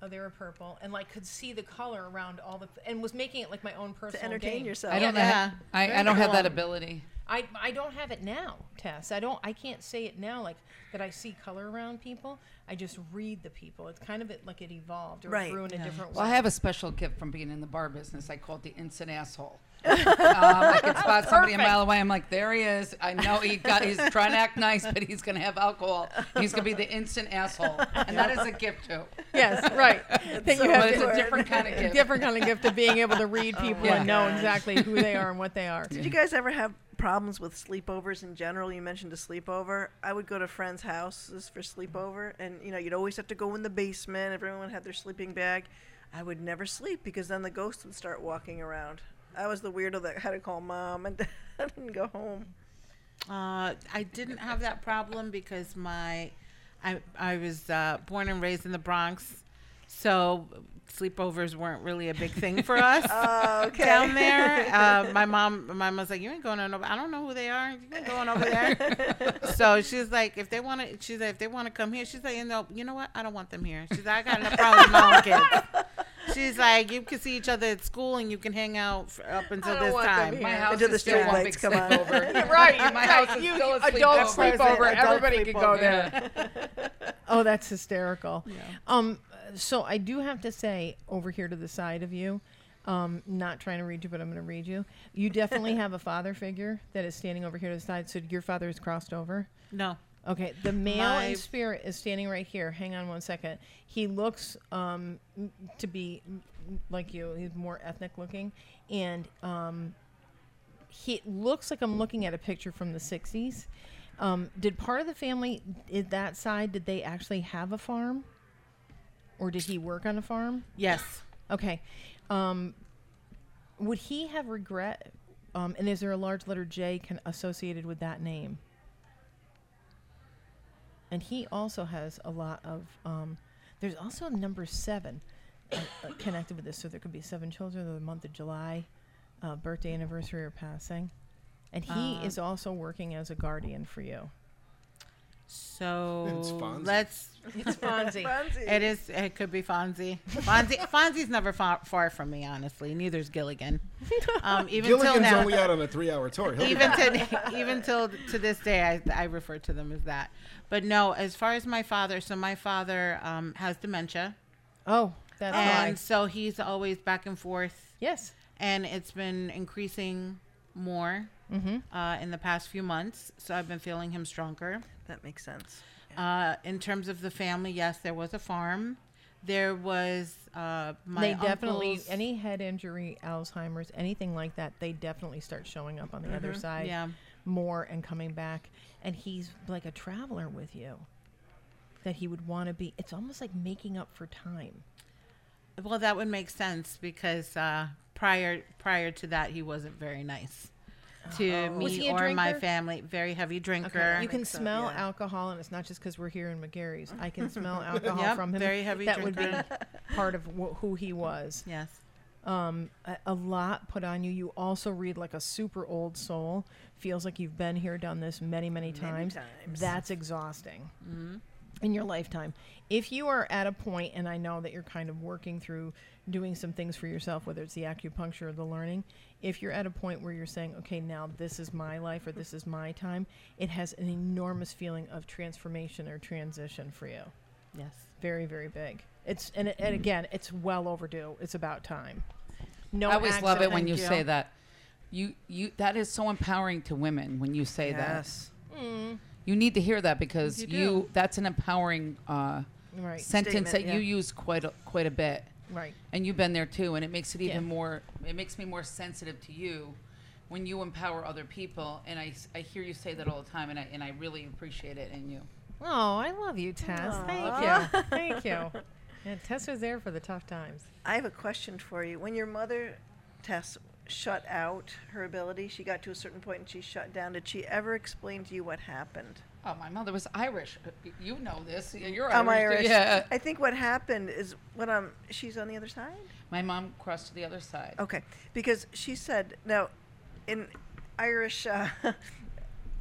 Speaker 5: Oh, they were purple, and like could see the color around all the, and was making it like my own personal
Speaker 3: to entertain
Speaker 5: game.
Speaker 3: yourself.
Speaker 7: I don't
Speaker 4: Yeah.
Speaker 7: know. I, I don't have that ability.
Speaker 5: I, I don't have it now, Tess. I don't. I can't say it now. Like that, I see color around people. I just read the people. It's kind of it, like it evolved or
Speaker 3: Right.
Speaker 5: grew in a different
Speaker 7: Well, I
Speaker 5: way.
Speaker 7: have a special gift from being in the bar business. I call it the instant asshole. um, I can spot somebody a mile away. I'm like, there he is. I know he got. He's trying to act nice, but he's going to have alcohol. He's going to be the instant asshole, and that is a gift too.
Speaker 5: yes, right. I think you
Speaker 7: But
Speaker 5: have
Speaker 7: it's a
Speaker 5: to,
Speaker 7: different kind of
Speaker 5: a
Speaker 7: gift.
Speaker 5: different kind of gift Oh of being able to read people
Speaker 7: my
Speaker 5: and know
Speaker 3: gosh.
Speaker 5: exactly who they are and what they are.
Speaker 3: Did you guys ever have problems with sleepovers in general? You mentioned a sleepover. I would go to friends' houses for sleepover, and you know, you'd always have to go in the basement. Everyone had their sleeping bag. I would never sleep because then the ghosts would start walking around. I was the weirdo that had to call mom and dad and go home.
Speaker 4: Uh, I didn't have that problem because my, I I was uh, born and raised in the Bronx, so sleepovers weren't really a big thing for us
Speaker 5: Oh,
Speaker 3: okay.
Speaker 4: down there. Uh, my mom, my mom's like, you ain't going on over. I don't know who they are. You ain't going over there. so she's like, if they want to, she's like, if they want to come here, she's like, you know, you know what? I don't want them here. She's like, I got no problem with my own kids. She's like, you can see each other at school and you can hang out f up until
Speaker 5: don't
Speaker 4: this
Speaker 5: want them
Speaker 4: time.
Speaker 5: here.
Speaker 7: My
Speaker 5: Yeah.
Speaker 7: house
Speaker 3: Until the
Speaker 7: is still one
Speaker 3: streetlights
Speaker 7: big
Speaker 3: come on.
Speaker 7: sleepover.
Speaker 5: Right,
Speaker 7: My house is
Speaker 5: you,
Speaker 7: still a
Speaker 5: adult
Speaker 7: sleepover.
Speaker 5: sleepover.
Speaker 4: Adult
Speaker 5: Everybody could go
Speaker 4: sleepover.
Speaker 5: there.
Speaker 7: Yeah.
Speaker 5: Oh, that's hysterical. Um, so I do have to say, over here to the side of you, um, not trying to read you, but I'm going to read you. You definitely have a father figure that is standing over here to the side. So your father is crossed over.
Speaker 4: No.
Speaker 5: Okay, the male
Speaker 4: My-
Speaker 5: in spirit is standing right here. Hang on one second. He looks um, m- to be m- m- like you. He's more ethnic looking, and um, he it looks like I'm looking at a picture from the '60s. Um, did part of the family, did that side, did they actually have a farm, or did he work on a farm?
Speaker 4: Yes.
Speaker 5: Okay. Um, would he have regret Um, and is there a large letter J can, associated with that name? And he also has a lot of. Um, there's also a number seven uh, uh, connected with this. So there could be seven children of the month of July, uh, birthday, anniversary, or passing. And he is also working as a guardian for you.
Speaker 6: It's
Speaker 4: So
Speaker 6: Fonzie.
Speaker 4: let's.
Speaker 5: It's Fonzie.
Speaker 3: Fonzie.
Speaker 4: It is. It could be Fonzie. Fonzie. Fonzie's never far, far from me, honestly. Neither's Gilligan. Um, even till
Speaker 6: Gilligan's
Speaker 4: now,
Speaker 6: only out on a three-hour tour. He'll be
Speaker 4: even to even till to this day I, I refer to them as that but no as far as my father so my father um, has dementia
Speaker 5: Oh, that's
Speaker 4: and
Speaker 5: why.
Speaker 4: so he's always back and forth
Speaker 5: Yes.
Speaker 4: and it's been increasing more
Speaker 6: Mm-hmm.
Speaker 4: uh, in the past few months so i've been feeling him stronger
Speaker 3: That makes sense.
Speaker 4: uh, in terms of the family yes there was a farm there was uh, my
Speaker 5: they definitely
Speaker 4: uncle's-
Speaker 5: any head injury, Alzheimer's, anything like that, they definitely start showing up on the other side
Speaker 4: Mm-hmm. Yeah.
Speaker 5: more and coming back. And he's like a traveler with you. That he would want to be. It's almost like making up for time.
Speaker 4: Well, that would make sense because uh, prior prior to that, he wasn't very nice to me
Speaker 5: Oh. Was he a
Speaker 4: or my
Speaker 5: drinker?
Speaker 4: family. Very heavy drinker.
Speaker 5: You can
Speaker 3: so,
Speaker 5: smell
Speaker 3: yeah.
Speaker 5: alcohol, and it's not just because we're here in McGarry's. I can smell alcohol
Speaker 4: Yep,
Speaker 5: from him.
Speaker 4: very heavy
Speaker 5: That
Speaker 4: drinker.
Speaker 5: would be part of wh- who he was.
Speaker 4: yes.
Speaker 5: um, a, a lot put on you. You also read like a super old soul. Feels like you've been here, done this many, many times.
Speaker 3: times.
Speaker 5: That's exhausting in your lifetime. If you are at a point, and I know that you're kind of working through doing some things for yourself, whether it's the acupuncture or the learning, if you're at a point where you're saying, okay, now this is my life or this is my time, it has an enormous feeling of transformation or transition for you.
Speaker 4: Yes.
Speaker 5: Very, very big. It's and, it- and again, it's well overdue. It's about time. No,
Speaker 7: I always love it when
Speaker 5: accident.
Speaker 7: you
Speaker 4: you.
Speaker 7: say that. You you that is so empowering to women when you say
Speaker 3: Yes.
Speaker 7: that. You need to hear that because
Speaker 4: You
Speaker 7: you,
Speaker 4: do.
Speaker 7: that's an empowering uh,
Speaker 5: Right.
Speaker 7: sentence
Speaker 3: Statement,
Speaker 7: that you
Speaker 3: yeah.
Speaker 7: use quite a, quite a bit.
Speaker 5: Right.
Speaker 7: And you've been there too, and it makes it even
Speaker 5: Yeah.
Speaker 7: more. It makes me more sensitive to you when you empower other people. And I, s- I hear you say that all the time, and I and I really appreciate it in you.
Speaker 5: Oh, I love you, Tess. Thank you. Thank you. Yeah, Tess was there for the tough times.
Speaker 3: I have a question for you. When your mother, Tess, shut out her ability, she got to a certain point and she shut down. Did she ever explain to you what happened?
Speaker 7: Oh, my mother was Irish. You know this. You're Irish.
Speaker 3: I'm Irish.
Speaker 7: Yeah.
Speaker 3: I think what happened is when um she's on the other side.
Speaker 7: My mom crossed to the other side.
Speaker 3: Okay, because she said now, in Irish uh,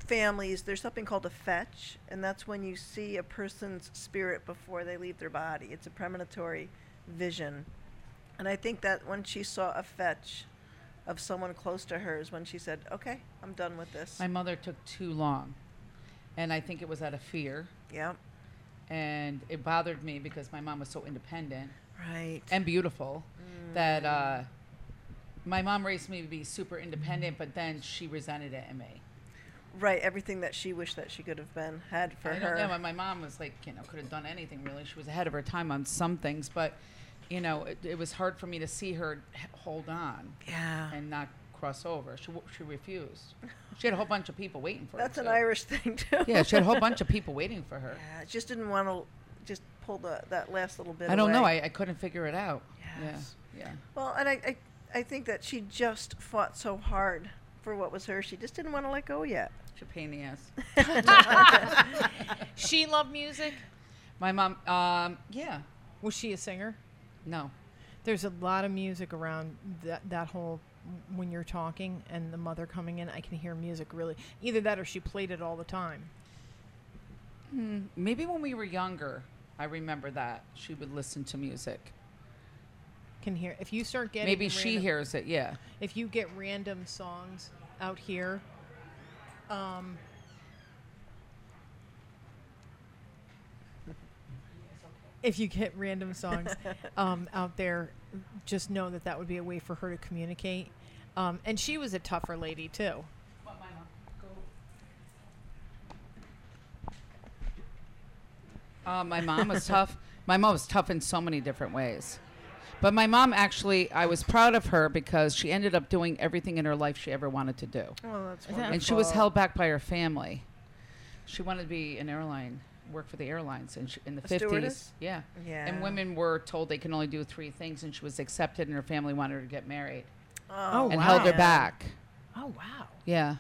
Speaker 3: families, there's something called a fetch, and that's when you see a person's spirit before they leave their body. It's a premonitory vision, and I think that when she saw a fetch of someone close to hers, when she said, "Okay, I'm done with this,"
Speaker 7: My mother took too long, and I think it was out of fear,
Speaker 3: yeah,
Speaker 7: and it bothered me because my mom was so independent
Speaker 3: right,
Speaker 7: and beautiful that uh, my mom raised me to be super independent, but then she resented it in me.
Speaker 3: right. Everything that she wished that she could have been had for
Speaker 7: I
Speaker 3: her.
Speaker 7: don't know. My mom was like, you know, could have done anything really. She was ahead of her time on some things, but you know, it, it was hard for me to see her h- hold on
Speaker 3: yeah.
Speaker 7: and not cross over. She w- she refused. She had a whole bunch of people waiting for her.
Speaker 3: That's an
Speaker 7: too.
Speaker 3: Irish thing too.
Speaker 7: Yeah, she had a whole bunch of people waiting for her.
Speaker 3: Yeah, just didn't want to just pull the that last little bit.
Speaker 7: I don't know.
Speaker 3: away.
Speaker 7: I, I couldn't figure it out.
Speaker 3: Yes.
Speaker 7: Yeah. Yeah.
Speaker 3: well, and I, I I think that she just fought so hard for what was hers. She just didn't want to let go yet.
Speaker 7: It's a pain in the ass.
Speaker 5: She loved music.
Speaker 7: My mom, um, yeah.
Speaker 5: Was she a singer?
Speaker 7: No.
Speaker 5: There's a lot of music around that that whole when you're talking and the mother coming in. I can hear music really. Either that or she played it all the time.
Speaker 7: Maybe when we were younger, I remember that she would listen to music.
Speaker 5: Can hear if you start getting
Speaker 7: Maybe she
Speaker 5: random-
Speaker 7: hears it, yeah.
Speaker 5: if you get random songs out here um if you get random songs um, out there just know that that would be a way for her to communicate um, and she was a tougher lady too
Speaker 7: Uh, my mom was tough. My mom was tough in so many different ways. But my mom actually, I was proud of her because she ended up doing everything in her life she ever wanted to do.
Speaker 3: Well, that's
Speaker 7: and she was held back by her family. She wanted to be an airline, work for the airlines, and she, in the
Speaker 3: A
Speaker 7: fifties,
Speaker 3: stewardess?
Speaker 7: yeah.
Speaker 3: Yeah.
Speaker 7: And women were told they can only do three things, and she was accepted, and her family wanted her to get married
Speaker 5: oh
Speaker 7: and held her back.
Speaker 5: Oh wow.
Speaker 7: Yeah.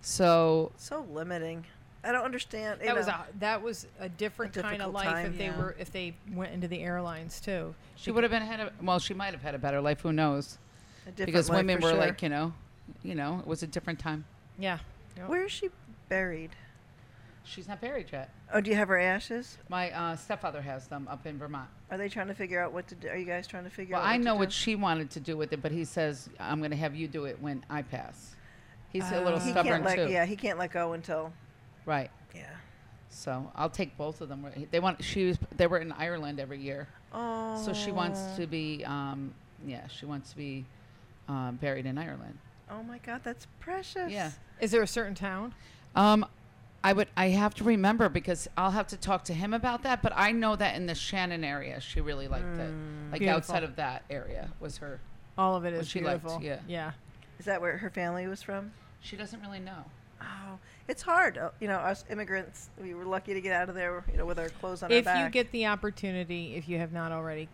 Speaker 7: So
Speaker 3: So limiting. I don't understand. you
Speaker 5: That was
Speaker 3: know.
Speaker 5: a, that was a different kind of
Speaker 3: difficult
Speaker 5: life
Speaker 3: time,
Speaker 5: if they
Speaker 3: yeah.
Speaker 5: were if they went into the airlines too.
Speaker 7: she would have been had a well, she might have had a better life. Who knows?
Speaker 3: a different
Speaker 7: Because
Speaker 3: life
Speaker 7: women
Speaker 3: for
Speaker 7: were
Speaker 3: sure.
Speaker 7: like, you know, you know, it was a different time.
Speaker 5: Yeah. Yep.
Speaker 3: where is she buried?
Speaker 7: She's not buried yet.
Speaker 3: Oh, do you have her ashes?
Speaker 7: My uh, stepfather has them up in Vermont.
Speaker 3: Are they trying to figure out what to do? Are you guys trying to figure
Speaker 7: Well,
Speaker 3: out? What
Speaker 7: I know
Speaker 3: to
Speaker 7: what
Speaker 3: do?
Speaker 7: she wanted to do with it, but he says I'm going to have you do it when I pass. He's a
Speaker 3: Oh.
Speaker 7: little
Speaker 3: he
Speaker 7: stubborn
Speaker 3: can't let,
Speaker 7: too.
Speaker 3: Yeah, he can't let go until.
Speaker 7: Right.
Speaker 3: Yeah.
Speaker 7: So I'll take both of them. They want. She was. They were in Ireland every year.
Speaker 3: Oh.
Speaker 7: So she wants to be. Um, yeah, she wants to be um, buried in Ireland.
Speaker 3: Oh my God, that's precious.
Speaker 7: Yeah.
Speaker 5: Is there a certain town?
Speaker 7: Um, I would. I have to remember because I'll have to talk to him about that. But I know that in the Shannon area, she really liked it. Like
Speaker 5: Beautiful.
Speaker 7: outside of that area was her.
Speaker 5: All of it is
Speaker 7: she liked,
Speaker 5: beautiful.
Speaker 7: yeah.
Speaker 5: Yeah.
Speaker 3: Is that where her family was from?
Speaker 7: She doesn't really know.
Speaker 3: Oh, it's hard. uh, You know, us immigrants, we were lucky to get out of there, you know, with our clothes on
Speaker 5: If
Speaker 3: our back.
Speaker 5: you get the opportunity, if you have not already,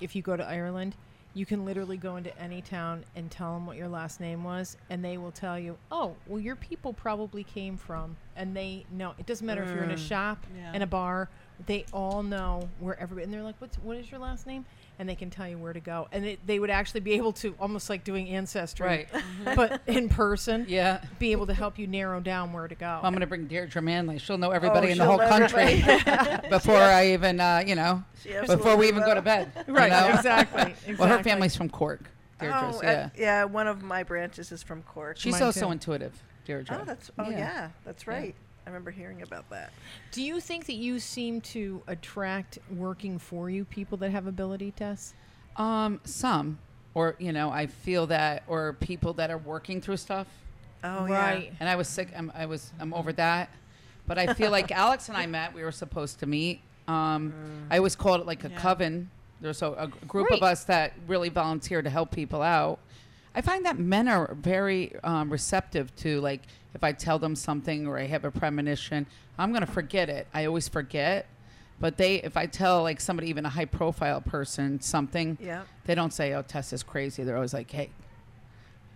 Speaker 5: if you go to Ireland, you can literally go into any town and tell them what your last name was, and they will tell you, "Oh, well, your people probably came from," and they know. It doesn't matter if you're in a shop
Speaker 4: Yeah.
Speaker 5: and a bar; they all know where everybody. And they're like, "What's what is your last name?" And they can tell you where to go, and it, they would actually be able to almost like doing ancestry,
Speaker 7: Right.
Speaker 5: but in person,
Speaker 7: Yeah. Um,
Speaker 5: be able to help you narrow down where to go.
Speaker 7: I'm gonna bring Deirdre Manley. She'll know everybody in the
Speaker 3: Oh, she'll
Speaker 7: whole
Speaker 3: know
Speaker 7: country before I even, uh, you know,
Speaker 3: She
Speaker 7: before
Speaker 3: absolutely
Speaker 7: we even go
Speaker 3: will.
Speaker 7: to bed. you
Speaker 5: right?
Speaker 7: know?
Speaker 5: Exactly, exactly.
Speaker 7: Well, her family's from Cork. Deirdre's,
Speaker 3: oh,
Speaker 7: yeah.
Speaker 3: uh, yeah. One of my branches is from Cork.
Speaker 7: She's
Speaker 5: Mine
Speaker 7: so so
Speaker 5: too.
Speaker 7: intuitive, Deirdre.
Speaker 3: oh, that's. Oh, yeah. that's right. I remember hearing about that.
Speaker 5: Do you think that you seem to attract working for you people that have ability tests?
Speaker 7: Um, some, or you know, I feel that, or people that are working through stuff.
Speaker 3: Oh,
Speaker 5: Right.
Speaker 7: And I was sick. I'm, I was. I'm over that. But I feel like Alex and I met. We were supposed to meet. Um, I always called it like a coven. There's a, a g- group of
Speaker 5: Right.
Speaker 7: us that really volunteer to help people out. I find that men are very um, receptive to like if I tell them something or I have a premonition, I'm gonna forget it. I always forget. But they, if I tell like somebody, even a high profile person, something,
Speaker 3: Yeah.
Speaker 7: they don't say, "Oh, Tess is crazy." They're always like, "Hey,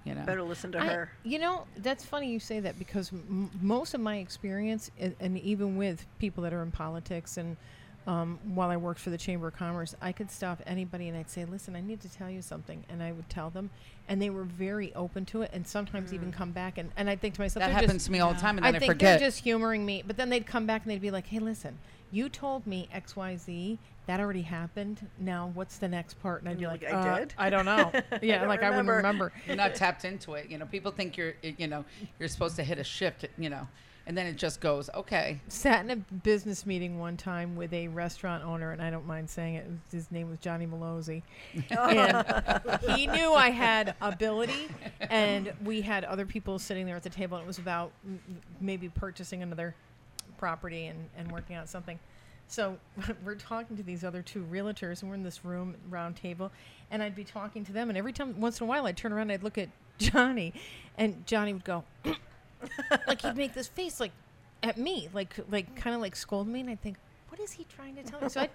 Speaker 7: you know."
Speaker 3: Better listen to
Speaker 5: I-
Speaker 3: her.
Speaker 5: you know, that's funny you say that because m- most of my experience, and, and even with people that are in politics, and um, while I worked for the Chamber of Commerce, I could stop anybody and I'd say, "Listen, I need to tell you something," and I would tell them, and they were very open to it, and sometimes even
Speaker 3: Mm.
Speaker 5: come back and and I think to myself,
Speaker 7: that
Speaker 5: "They're just-
Speaker 7: happens to me all the time, and then I,
Speaker 5: I think
Speaker 7: forget.
Speaker 5: they're just humoring me. But then they'd come back and they'd be like, "Hey, listen, you told me X, Y, Z. That already happened. Now what's the next part?" And I'd be
Speaker 3: You're
Speaker 5: like,
Speaker 3: like, "I
Speaker 5: "Uh,
Speaker 3: did?"
Speaker 5: I don't know. yeah,
Speaker 3: don't
Speaker 5: like I wouldn't
Speaker 3: remember.
Speaker 5: remember.
Speaker 7: you're not tapped into it. You know, people think you're, you know, you're supposed to hit a shift. You know, and then it just goes okay.
Speaker 5: Sat in a business meeting one time with a restaurant owner, and I don't mind saying it. His name was Johnny Malozzi, and he knew I had ability. And we had other people sitting there at the table, and it was about m- m- maybe purchasing another property and, and working out something. So we're talking to these other two realtors, and we're in this room round table, and I'd be talking to them, and every time, once in a while, I'd turn around, and I'd look at Johnny, and Johnny would go, like he'd make this face, like at me, like like kind of like scold me, and I'd think, what is he trying to tell me? So I'd,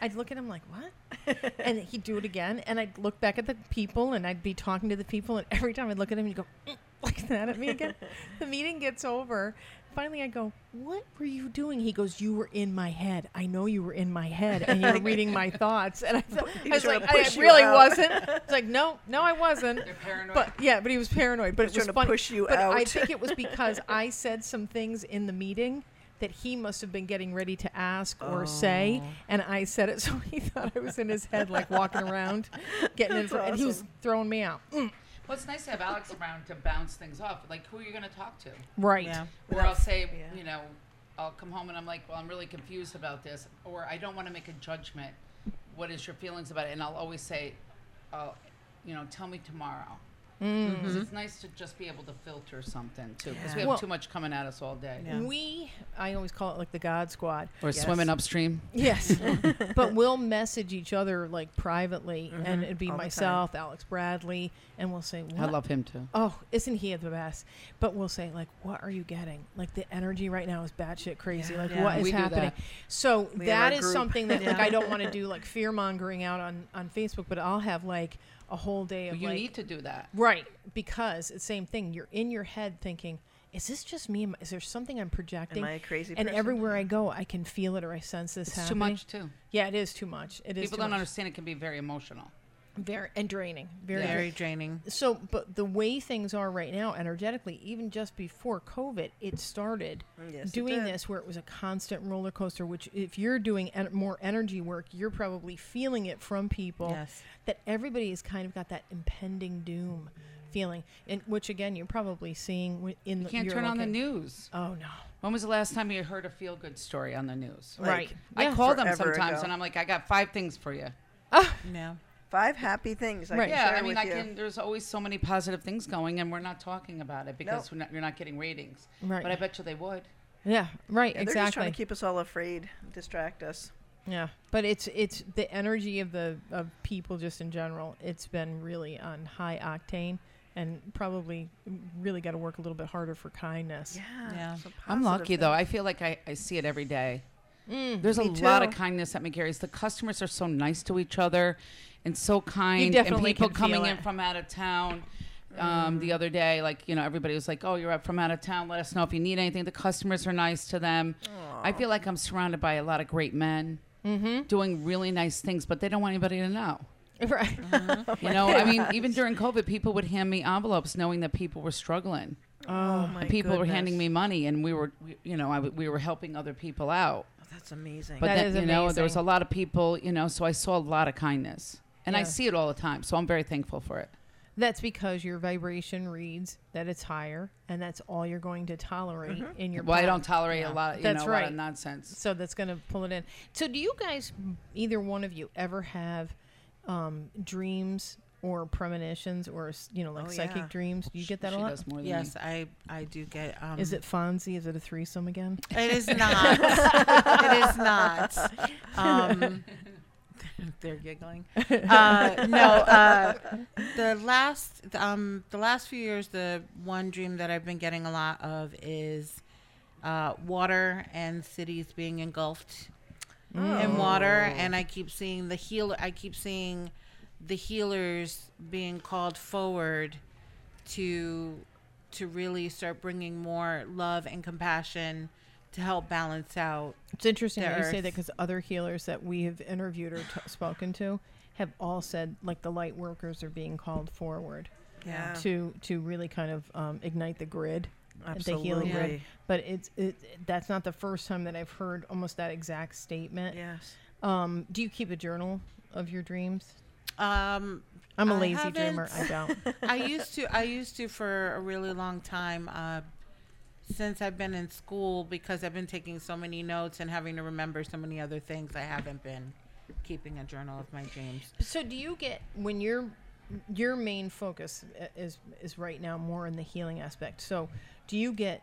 Speaker 5: I'd look at him like, what? And he'd do it again, and I'd look back at the people, and I'd be talking to the people, and every time I'd look at him, he'd go "Mm," like that at me again. the meeting gets over. Finally, I go, what were you doing? He goes, you were in my head. I know you were in my head, and you were reading my thoughts. And I, thought I was
Speaker 3: trying to
Speaker 5: like, I
Speaker 3: push you
Speaker 5: really
Speaker 3: out."
Speaker 5: wasn't. It's like, no, no, I wasn't. You're
Speaker 7: paranoid.
Speaker 5: But yeah, but he was paranoid. But
Speaker 3: He was
Speaker 5: it was
Speaker 3: trying to
Speaker 5: funny.
Speaker 3: push you
Speaker 5: but I
Speaker 3: out.
Speaker 5: think it was because I said some things in the meeting that he must have been getting ready to ask or
Speaker 3: Oh.
Speaker 5: say, and I said it, so he thought I was in his head, like walking around, getting in,
Speaker 3: That's
Speaker 5: for, and he was
Speaker 3: awesome.
Speaker 5: throwing me out. Mm,
Speaker 7: Well, it's nice to have Alex around to bounce things off. Like, who are you going to talk to?
Speaker 5: Right.
Speaker 4: Yeah.
Speaker 7: Or I'll say,
Speaker 3: yeah.
Speaker 7: you know, I'll come home and I'm like, well, I'm really confused about this, or I don't want to make a judgment. What is your feelings about it? And I'll always say, uh, you know, tell me tomorrow.
Speaker 5: Mm-hmm.
Speaker 7: 'Cause It's nice to just be able to filter something too, because we have
Speaker 5: Well-
Speaker 7: too much coming at us all day.
Speaker 5: We, I always call it like the God Squad.
Speaker 7: Or swimming upstream.
Speaker 5: Yes. but we'll message each other like privately, and it'd be
Speaker 3: Mm-hmm. all the time.
Speaker 5: myself, Alex Bradley, and we'll say,
Speaker 7: I
Speaker 5: what
Speaker 7: love him too.
Speaker 5: Oh, isn't he the best? But we'll say like, what are you getting? Like the energy right now is batshit crazy. Like
Speaker 4: Yeah.
Speaker 5: what is
Speaker 7: We do
Speaker 5: happening?
Speaker 7: that.
Speaker 5: So
Speaker 3: We have
Speaker 5: that
Speaker 3: our
Speaker 5: is
Speaker 3: group.
Speaker 5: something that like
Speaker 4: Yeah.
Speaker 5: I don't want to do like fear mongering out on on Facebook, but I'll have like. a whole day of
Speaker 7: You
Speaker 5: like,
Speaker 7: need to do that.
Speaker 5: Right, because it's same thing. You're in your head thinking, "Is this just me? Am- Is there something I'm projecting?"
Speaker 3: Am I a crazy
Speaker 5: And
Speaker 3: person?
Speaker 5: everywhere I go, I can feel it or I sense this
Speaker 7: It's too
Speaker 5: happening.
Speaker 7: much, too.
Speaker 5: Yeah, it is too much. It is
Speaker 7: People
Speaker 5: too
Speaker 7: don't
Speaker 5: much.
Speaker 7: understand it can be very emotional.
Speaker 5: Very and draining. Very.
Speaker 4: Very
Speaker 5: draining.
Speaker 4: draining.
Speaker 5: So, but the way things are right now, energetically, even just before COVID, it started
Speaker 3: Yes, it
Speaker 5: doing
Speaker 3: did.
Speaker 5: this where it was a constant roller coaster. Which, if you're doing en- more energy work, you're probably feeling it from people.
Speaker 4: Yes.
Speaker 5: That everybody has kind of got that impending doom feeling, and which again, you're probably seeing wi- in the.
Speaker 7: You can't
Speaker 5: you're
Speaker 7: turn on the
Speaker 5: looking-
Speaker 7: news.
Speaker 5: Oh no!
Speaker 7: When was the last time you heard a feel good story on the news?
Speaker 3: Like,
Speaker 5: right.
Speaker 7: I call them
Speaker 3: forever
Speaker 7: sometimes
Speaker 3: ago.
Speaker 7: and I'm like, I got five things for you.
Speaker 4: No.
Speaker 3: Five happy things. I
Speaker 5: Right.
Speaker 3: can
Speaker 7: Yeah,
Speaker 3: share
Speaker 7: I mean,
Speaker 3: with
Speaker 7: I
Speaker 3: you.
Speaker 7: can. There's always so many positive things going, and we're not talking about it because we're not, you're not getting ratings.
Speaker 5: Right.
Speaker 7: But I bet you they would.
Speaker 5: Yeah. Right.
Speaker 3: Yeah,
Speaker 5: exactly.
Speaker 3: They're just trying to keep us all afraid, distract us.
Speaker 5: Yeah, but it's it's the energy of the of people just in general. It's been really on high octane, and probably really got to work a little bit harder for kindness.
Speaker 3: Yeah.
Speaker 4: Yeah.
Speaker 3: so
Speaker 7: I'm lucky
Speaker 3: positive
Speaker 7: though.
Speaker 3: things.
Speaker 7: I feel like I, I see it every day. There's a
Speaker 5: me
Speaker 7: lot of
Speaker 5: too.
Speaker 7: kindness at McGarry's. The customers are so nice to each other and so kind.
Speaker 5: definitely
Speaker 7: and people
Speaker 5: can feel
Speaker 7: coming in
Speaker 5: it. Mm-hmm.
Speaker 7: from out of town. Um, the other day, like you know, everybody was like, "Oh, you're up from out of town. Let us know if you need anything." The customers are nice to them. I feel like I'm surrounded by a lot of great men
Speaker 5: Mm-hmm.
Speaker 7: doing really nice things, but they don't want anybody to know.
Speaker 5: Mm, Right. Oh
Speaker 7: You know, I mean, even during COVID, people would hand me envelopes knowing that people were struggling.
Speaker 3: Oh, my
Speaker 7: people were
Speaker 3: goodness.
Speaker 7: handing me money, and we were, we, you know, I w- we were helping other people out.
Speaker 3: That's amazing.
Speaker 7: But
Speaker 5: That
Speaker 7: then,
Speaker 5: is
Speaker 7: you know, there was
Speaker 5: amazing.
Speaker 7: a lot of people, you know, so I saw a lot of kindness, and I
Speaker 5: Yeah.
Speaker 7: see it all the time. So I'm very thankful for it.
Speaker 5: That's because your vibration reads that it's higher, and that's all you're going to tolerate in your.
Speaker 7: Well, I
Speaker 5: body.
Speaker 7: don't tolerate a lot, you
Speaker 5: That's
Speaker 7: know, a lot
Speaker 5: right.
Speaker 7: of nonsense.
Speaker 5: so that's going to pull it in. So, do you guys, either one of you, ever have um, dreams or premonitions or s- you know like
Speaker 3: Oh,
Speaker 5: psychic
Speaker 3: yeah.
Speaker 5: dreams? Do you get that
Speaker 7: she
Speaker 5: a lot?
Speaker 7: does more than
Speaker 4: Yes, I I do get. Um,
Speaker 5: Is it Fonzie? Is it a threesome again?
Speaker 4: It is not. it is not. Um, they're giggling. Uh, no, uh, the last um, the last few years, the one dream that I've been getting a lot of is uh, water and cities being engulfed
Speaker 5: Mm.
Speaker 4: in water, and I keep seeing the healer. I keep seeing the healers being called forward to to really start bringing more love and compassion to help balance out.
Speaker 5: It's interesting
Speaker 4: the
Speaker 5: that you say
Speaker 4: earth.
Speaker 5: that because other healers that we have interviewed or t- spoken to have all said like the light workers are being called forward
Speaker 4: Oh.
Speaker 3: Yeah.
Speaker 5: to to really kind of um, ignite the grid, the healing grid.
Speaker 3: Oh, Absolutely.
Speaker 5: But it's it, that's not the first time that I've heard almost that exact statement.
Speaker 3: yes.
Speaker 5: Um, do you keep a journal of your dreams?
Speaker 4: Um,
Speaker 5: I'm a
Speaker 4: I
Speaker 5: lazy dreamer. I don't.
Speaker 4: I used to. I used to for a really long time. Uh, since I've been in school, because I've been taking so many notes and having to remember so many other things, I haven't been keeping a journal of my dreams.
Speaker 5: So do you get when your your main focus i- is is right now more in the healing aspect. So do you get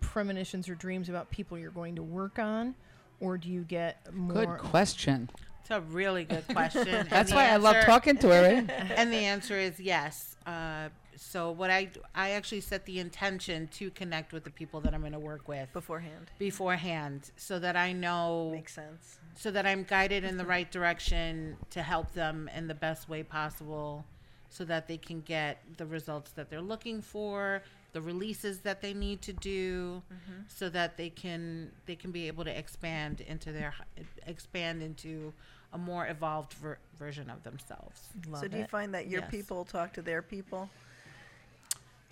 Speaker 5: premonitions or dreams about people you're going to work on or do you get more
Speaker 7: Good question.
Speaker 4: It's a really good question. and
Speaker 7: That's
Speaker 4: the
Speaker 7: why I love
Speaker 4: answer-
Speaker 7: talking to her. Right?
Speaker 4: And the answer is yes. Uh, so what I I actually set the intention to connect with the people that I'm going to work with
Speaker 3: Beforehand.
Speaker 4: beforehand, so that I know
Speaker 3: Makes sense. Mm-hmm.
Speaker 4: so that I'm guided in the right direction to help them in the best way possible so that they can get the results that they're looking for, the releases that they need to do
Speaker 3: Mm-hmm.
Speaker 4: so that they can they can be able to expand into their expand into a more evolved ver- version of themselves.
Speaker 5: love
Speaker 3: so do you
Speaker 5: it.
Speaker 3: find that your
Speaker 4: Yes.
Speaker 3: people talk to their people?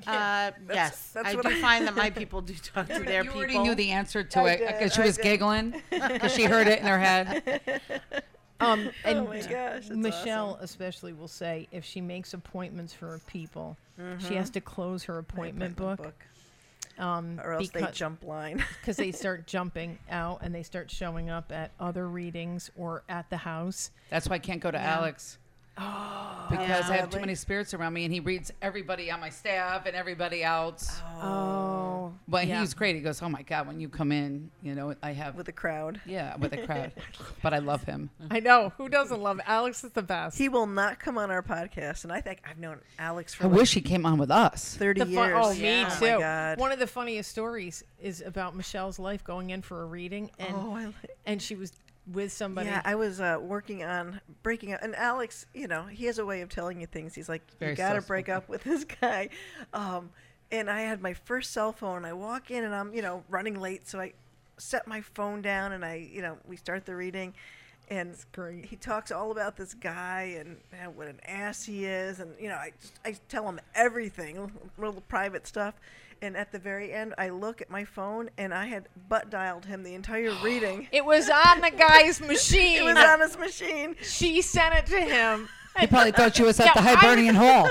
Speaker 4: Uh, yes,
Speaker 3: that's
Speaker 4: I
Speaker 3: what
Speaker 4: do
Speaker 3: I-
Speaker 4: find that my people do talk to their
Speaker 7: you
Speaker 4: people.
Speaker 7: already knew the answer to
Speaker 3: I
Speaker 7: it
Speaker 3: did,
Speaker 7: because she
Speaker 3: I
Speaker 7: was
Speaker 3: did.
Speaker 7: giggling because she heard it in her head.
Speaker 5: um and
Speaker 3: Oh my gosh, that's
Speaker 5: Michelle especially will say if she makes appointments for her people,
Speaker 3: Mm-hmm.
Speaker 5: she has to close her appointment, book.
Speaker 3: Um, or else they
Speaker 5: because-
Speaker 3: jump line.
Speaker 5: because they start jumping out and they start showing up at other readings or at the house.
Speaker 7: That's why I can't go to Alex.
Speaker 5: Oh,
Speaker 7: because I have too
Speaker 3: Sadly.
Speaker 7: many spirits around me, and he reads everybody on my staff and everybody else.
Speaker 5: Oh,
Speaker 7: But he's great. He goes, "Oh my god, when you come in, you know, I have
Speaker 3: with the crowd.
Speaker 7: yeah with a crowd." but I love him.
Speaker 5: I know who doesn't love Alex is the best.
Speaker 3: He will not come on our podcast, and I think I've known Alex for
Speaker 7: I
Speaker 3: like
Speaker 7: wish he came on with us.
Speaker 3: thirty
Speaker 5: The fun-
Speaker 3: years.
Speaker 5: oh, me
Speaker 3: Oh
Speaker 5: too.
Speaker 3: my God.
Speaker 5: One of the funniest stories is about Michelle's life going in for a reading, and
Speaker 3: Oh, I li-
Speaker 5: and she was with somebody.
Speaker 3: Yeah, I was uh, working on breaking up, and Alex, you know, he has a way of telling you things. He's like,
Speaker 7: Very
Speaker 3: "You got to
Speaker 7: soft
Speaker 3: break up with this guy," um, and I had my first cell phone. I walk in, and I'm, you know, running late, so I set my phone down, and I, you know, we start the reading, and
Speaker 5: great.
Speaker 3: he talks all about this guy and, man, what an ass he is, and you know, I just, I tell him everything, little private stuff. And at the very end, I look at my phone, and I had butt dialed him the entire reading.
Speaker 5: it was on the guy's machine.
Speaker 3: It was on his machine.
Speaker 5: she sent it to him.
Speaker 8: He probably thought you was at
Speaker 5: Yeah,
Speaker 8: the
Speaker 5: I-
Speaker 8: Hibernian Hall.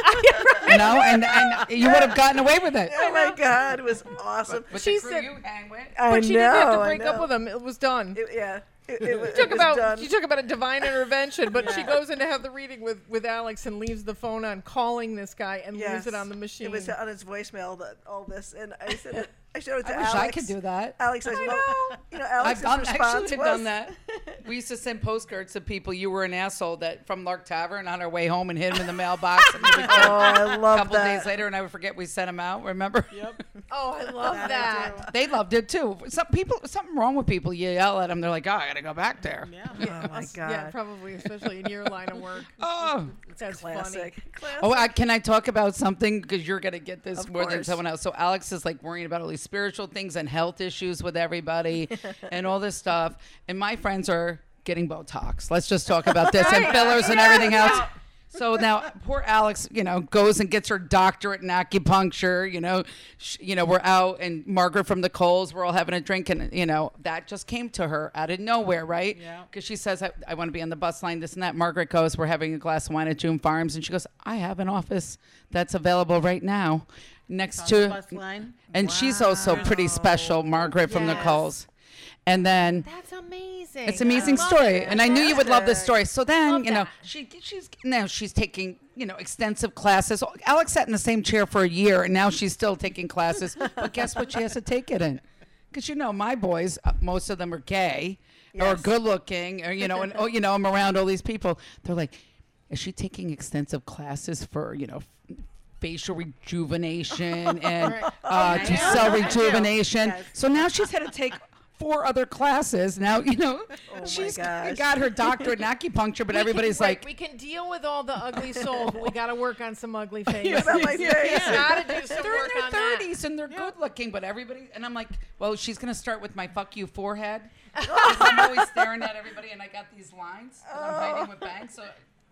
Speaker 8: You know, and, and you would have gotten away with it.
Speaker 3: Oh my God, it was awesome.
Speaker 7: With
Speaker 5: She
Speaker 7: the crew
Speaker 5: said-
Speaker 7: you hang with.
Speaker 3: I
Speaker 5: But she didn't have
Speaker 3: know,
Speaker 5: to
Speaker 3: I
Speaker 5: break up
Speaker 3: know.
Speaker 5: with him. It was done.
Speaker 3: It, yeah, it, it, was-
Speaker 5: She
Speaker 3: it
Speaker 5: took
Speaker 3: was
Speaker 5: about
Speaker 3: done.
Speaker 5: she took about a divine intervention, but she goes in to have the reading with with Alex and leaves the phone on, calling this guy and leaves
Speaker 3: Yes.
Speaker 5: it on the machine.
Speaker 3: It was on his voicemail that all this, and I said, it- I showed it to
Speaker 8: I wish
Speaker 3: Alex.
Speaker 8: I could do that.
Speaker 3: Alex, I said, well, you know, Alex's
Speaker 8: done- actually,
Speaker 3: response
Speaker 7: I've
Speaker 3: was, Oh,
Speaker 7: done that. We used to send postcards to people. You were an asshole that from Lark Tavern on our way home and hit him in the mailbox. And we would
Speaker 3: Oh,
Speaker 7: get 'em
Speaker 3: I
Speaker 7: a
Speaker 3: love
Speaker 7: couple
Speaker 3: that.
Speaker 7: days later, and I would forget we sent him out. Remember? Yep.
Speaker 5: oh, I love that.
Speaker 7: they loved it too. Some people, something wrong with people. You yell at them, they're like, "Oh, I gotta go back there."
Speaker 3: Oh my God,
Speaker 5: Yeah, probably, especially in your line of work.
Speaker 7: Oh.
Speaker 5: That's
Speaker 3: classic. classic.
Speaker 7: Oh, I, can I talk about something? Because you're going to get this
Speaker 3: Of
Speaker 7: more than
Speaker 3: course.
Speaker 7: someone else. So Alex is like worrying about all these spiritual things and health issues with everybody and all this stuff. And my friends are getting Botox. Let's just talk about this and fillers and everything else. So now poor Alex, you know, goes and gets her doctorate in acupuncture. You know, Sh you know, we're out and Margaret from the Coles, we're all having a drink, and you know that just came to her out of nowhere, right? Yeah. Because she says, "I, I want to be on the bus line, this and that." Margaret goes, "We're having a glass of wine at June Farms," and she goes, "I have an office that's available right now, next
Speaker 4: On the
Speaker 7: to."
Speaker 4: bus line.
Speaker 7: And she's also pretty special, Margaret from the
Speaker 5: Yes.
Speaker 7: Coles. And then
Speaker 5: That's amazing.
Speaker 7: it's an amazing
Speaker 5: I love
Speaker 7: story,
Speaker 5: that.
Speaker 7: and I knew you would love this story. So then,
Speaker 5: Love
Speaker 7: you know,
Speaker 5: that.
Speaker 7: she she's now she's taking you know extensive classes. Alex sat in the same chair for a year, and now she's still taking classes. but guess what? She has to take it in, because you know my boys, uh, most of them are gay or
Speaker 3: Yes.
Speaker 7: good looking, or you know, and oh, you know, I'm around all these people. They're like, is she taking extensive classes for you know? Facial rejuvination and uh,
Speaker 3: Oh,
Speaker 7: to cell rejuvenation. So now she's had to take four other classes. Now you know she's
Speaker 3: Oh, gosh.
Speaker 7: got her doctorate in acupuncture, but
Speaker 5: We can-
Speaker 7: everybody's
Speaker 5: right,
Speaker 7: like,
Speaker 5: we can deal with all the ugly souls, but we got to work on some ugly faces.
Speaker 3: About my face.
Speaker 5: Gotta do some
Speaker 7: they're in
Speaker 5: work
Speaker 7: their
Speaker 5: on that.
Speaker 7: thirties and they're good looking, but everybody and I'm like, well, she's gonna start with my fuck you forehead. 'Cause I'm always staring at everybody, and I got these lines that
Speaker 5: Oh.
Speaker 7: I'm hiding with bangs, so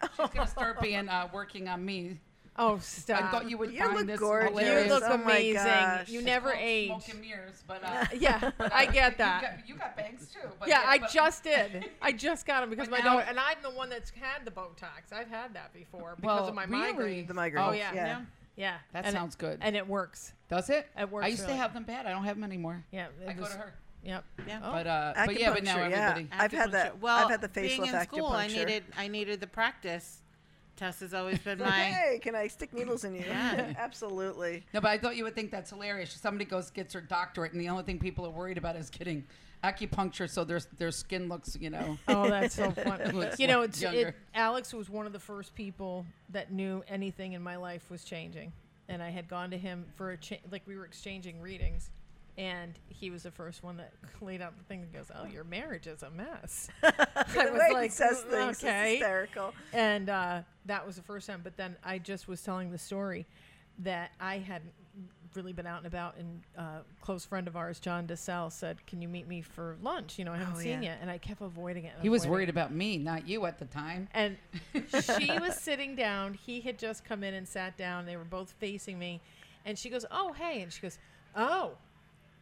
Speaker 7: she's gonna start being uh, working on me.
Speaker 5: Oh, stop!
Speaker 7: I thought you would
Speaker 3: You
Speaker 7: find
Speaker 3: look
Speaker 7: this
Speaker 3: gorgeous.
Speaker 5: You
Speaker 7: hilarious.
Speaker 5: look
Speaker 3: Oh my
Speaker 5: amazing.
Speaker 3: gosh.
Speaker 5: You never
Speaker 7: Well,
Speaker 5: age.
Speaker 7: Smoke and mirrors, but uh,
Speaker 5: Yeah, I get that.
Speaker 7: You got, you got bangs too. But
Speaker 5: Yeah, I
Speaker 7: but-
Speaker 5: just did. I just got them because
Speaker 7: But
Speaker 5: my
Speaker 7: now-
Speaker 5: daughter and I'm the one that's had the Botox. I've had that before because
Speaker 7: Well,
Speaker 5: of my
Speaker 7: really?
Speaker 5: migraine.
Speaker 3: The migraine.
Speaker 5: Oh yeah,
Speaker 3: yeah.
Speaker 5: yeah.
Speaker 7: That
Speaker 5: And it-
Speaker 7: sounds good.
Speaker 5: and it works.
Speaker 7: Does it?
Speaker 5: It works
Speaker 7: I used
Speaker 5: really-
Speaker 7: to have them bad. I don't have them anymore.
Speaker 5: Yeah, it
Speaker 7: I go
Speaker 5: was-
Speaker 7: to her.
Speaker 5: Yep.
Speaker 4: Yeah.
Speaker 5: Oh,
Speaker 7: But uh, but yeah, but now
Speaker 3: Acupuncture, yeah.
Speaker 7: everybody.
Speaker 3: I've had that-
Speaker 4: Acupuncture. Well,
Speaker 3: I've had the facial
Speaker 4: being in school, I
Speaker 3: acupuncture.
Speaker 4: needed I needed the practice. Tess has always been
Speaker 3: Like,
Speaker 4: my.
Speaker 3: hey, can I stick needles in you?
Speaker 4: Yeah.
Speaker 3: Absolutely.
Speaker 7: No, but I thought you would think that's hilarious. Somebody goes gets her doctorate, and the only thing people are worried about is getting acupuncture, so their their skin looks, you know.
Speaker 5: oh, that's so funny.
Speaker 7: Looks
Speaker 5: you know,
Speaker 7: like
Speaker 5: it's, it,
Speaker 7: younger.
Speaker 5: Alex was one of the first people that knew anything in my life was changing, and I had gone to him for a cha- like we were exchanging readings. And he was the first one that laid out the thing that goes, "Oh, your marriage is a mess." I "Mm,
Speaker 3: The way he says things is
Speaker 5: "Okay."
Speaker 3: hysterical.
Speaker 5: and uh, that was the first time. But then I just was telling the story that I hadn't really been out and about, and uh, close friend of ours, John DeSalle, said, "Can you meet me for lunch? You know, I haven't
Speaker 3: Oh,
Speaker 5: seen
Speaker 3: yeah.
Speaker 5: you." And I kept avoiding it. and
Speaker 7: He was
Speaker 5: avoiding
Speaker 7: worried about me, not you at the time.
Speaker 5: it. And she was sitting down. He had just come in and sat down. They were both facing me, and she goes, "Oh, hey," and she goes, "Oh."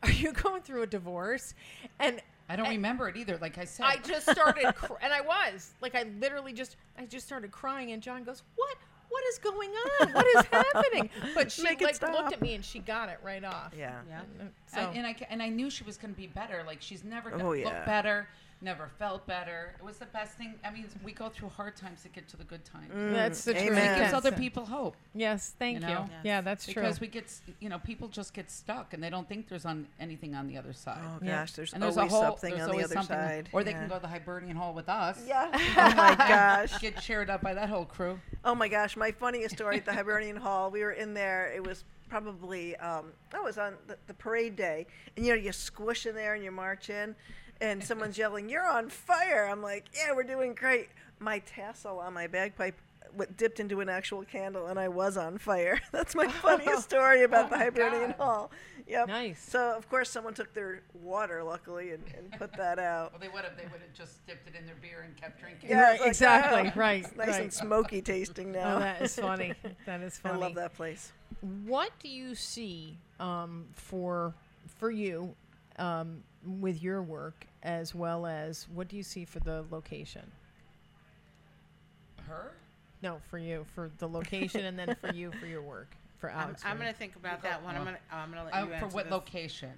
Speaker 5: Are you going through a divorce? And
Speaker 7: I don't remember it either. Like I said,
Speaker 5: I just started, cr- and I was like, I literally just, I just started crying, and John goes, "What? What is going on? What is happening?" But she
Speaker 3: Make it
Speaker 5: like
Speaker 3: stop.
Speaker 5: looked at me, and she got it right off.
Speaker 3: Yeah.
Speaker 4: Yeah.
Speaker 5: And, uh,
Speaker 7: I-
Speaker 5: So
Speaker 7: and I ca- and I knew she was going to be better. Like she's never going to
Speaker 3: Oh, yeah.
Speaker 7: look better, never felt better. It was the best thing. I mean, we go through hard times to get to the good times.
Speaker 5: that's the
Speaker 3: Mm, Amen.
Speaker 5: truth.
Speaker 7: It gives
Speaker 5: Mm. Yes.
Speaker 7: other people hope.
Speaker 5: Yes, thank you.
Speaker 7: you know?
Speaker 5: Yeah, that's true.
Speaker 7: because we get s- you know people just get stuck and they don't think there's on anything on the other side.
Speaker 3: Oh
Speaker 5: Yeah.
Speaker 3: gosh, there's,
Speaker 7: and there's
Speaker 3: always
Speaker 7: a whole
Speaker 3: something
Speaker 7: there's
Speaker 3: on the
Speaker 7: always
Speaker 3: other
Speaker 7: something,
Speaker 3: side.
Speaker 7: or they
Speaker 3: yeah.
Speaker 7: can go to the Hibernian Hall with us.
Speaker 3: Yeah. Oh my gosh.
Speaker 7: Get cheered up by that whole crew.
Speaker 3: Oh my gosh, my funniest story at the Hibernian Hall. We were in there. It was probably um, I was on the, the parade day, and you know you squish in there and you march in, and someone's yelling, "You're on fire!" I'm like, "Yeah, we're doing great." My tassel on my bagpipe wa- dipped into an actual candle, and I was on fire. That's my funniest
Speaker 7: Oh
Speaker 3: story about the Hibernian Hall. Yep.
Speaker 5: Nice.
Speaker 3: So of course someone took their water, luckily, and, and put that out.
Speaker 7: Well, Oh, they would have. They would have just dipped it in their beer and kept drinking.
Speaker 3: Yeah,
Speaker 5: Right,
Speaker 3: it's like,
Speaker 5: exactly,
Speaker 3: oh,
Speaker 5: right,
Speaker 3: It's nice
Speaker 5: right.
Speaker 3: and smoky tasting now.
Speaker 5: Oh, that is funny. That is
Speaker 3: I
Speaker 5: funny.
Speaker 3: love that place.
Speaker 5: What do you see um, for for you um, with your work, as well as what do you see for the location?
Speaker 7: Her?
Speaker 5: No, for you for the location, and then for you for your work for
Speaker 4: I'm,
Speaker 5: Alex.
Speaker 4: I'm
Speaker 5: for
Speaker 4: gonna think about that one. I'm gonna. Oh, I'm gonna let
Speaker 7: Uh,
Speaker 4: you
Speaker 7: for
Speaker 4: answer
Speaker 7: what
Speaker 4: this.
Speaker 7: location?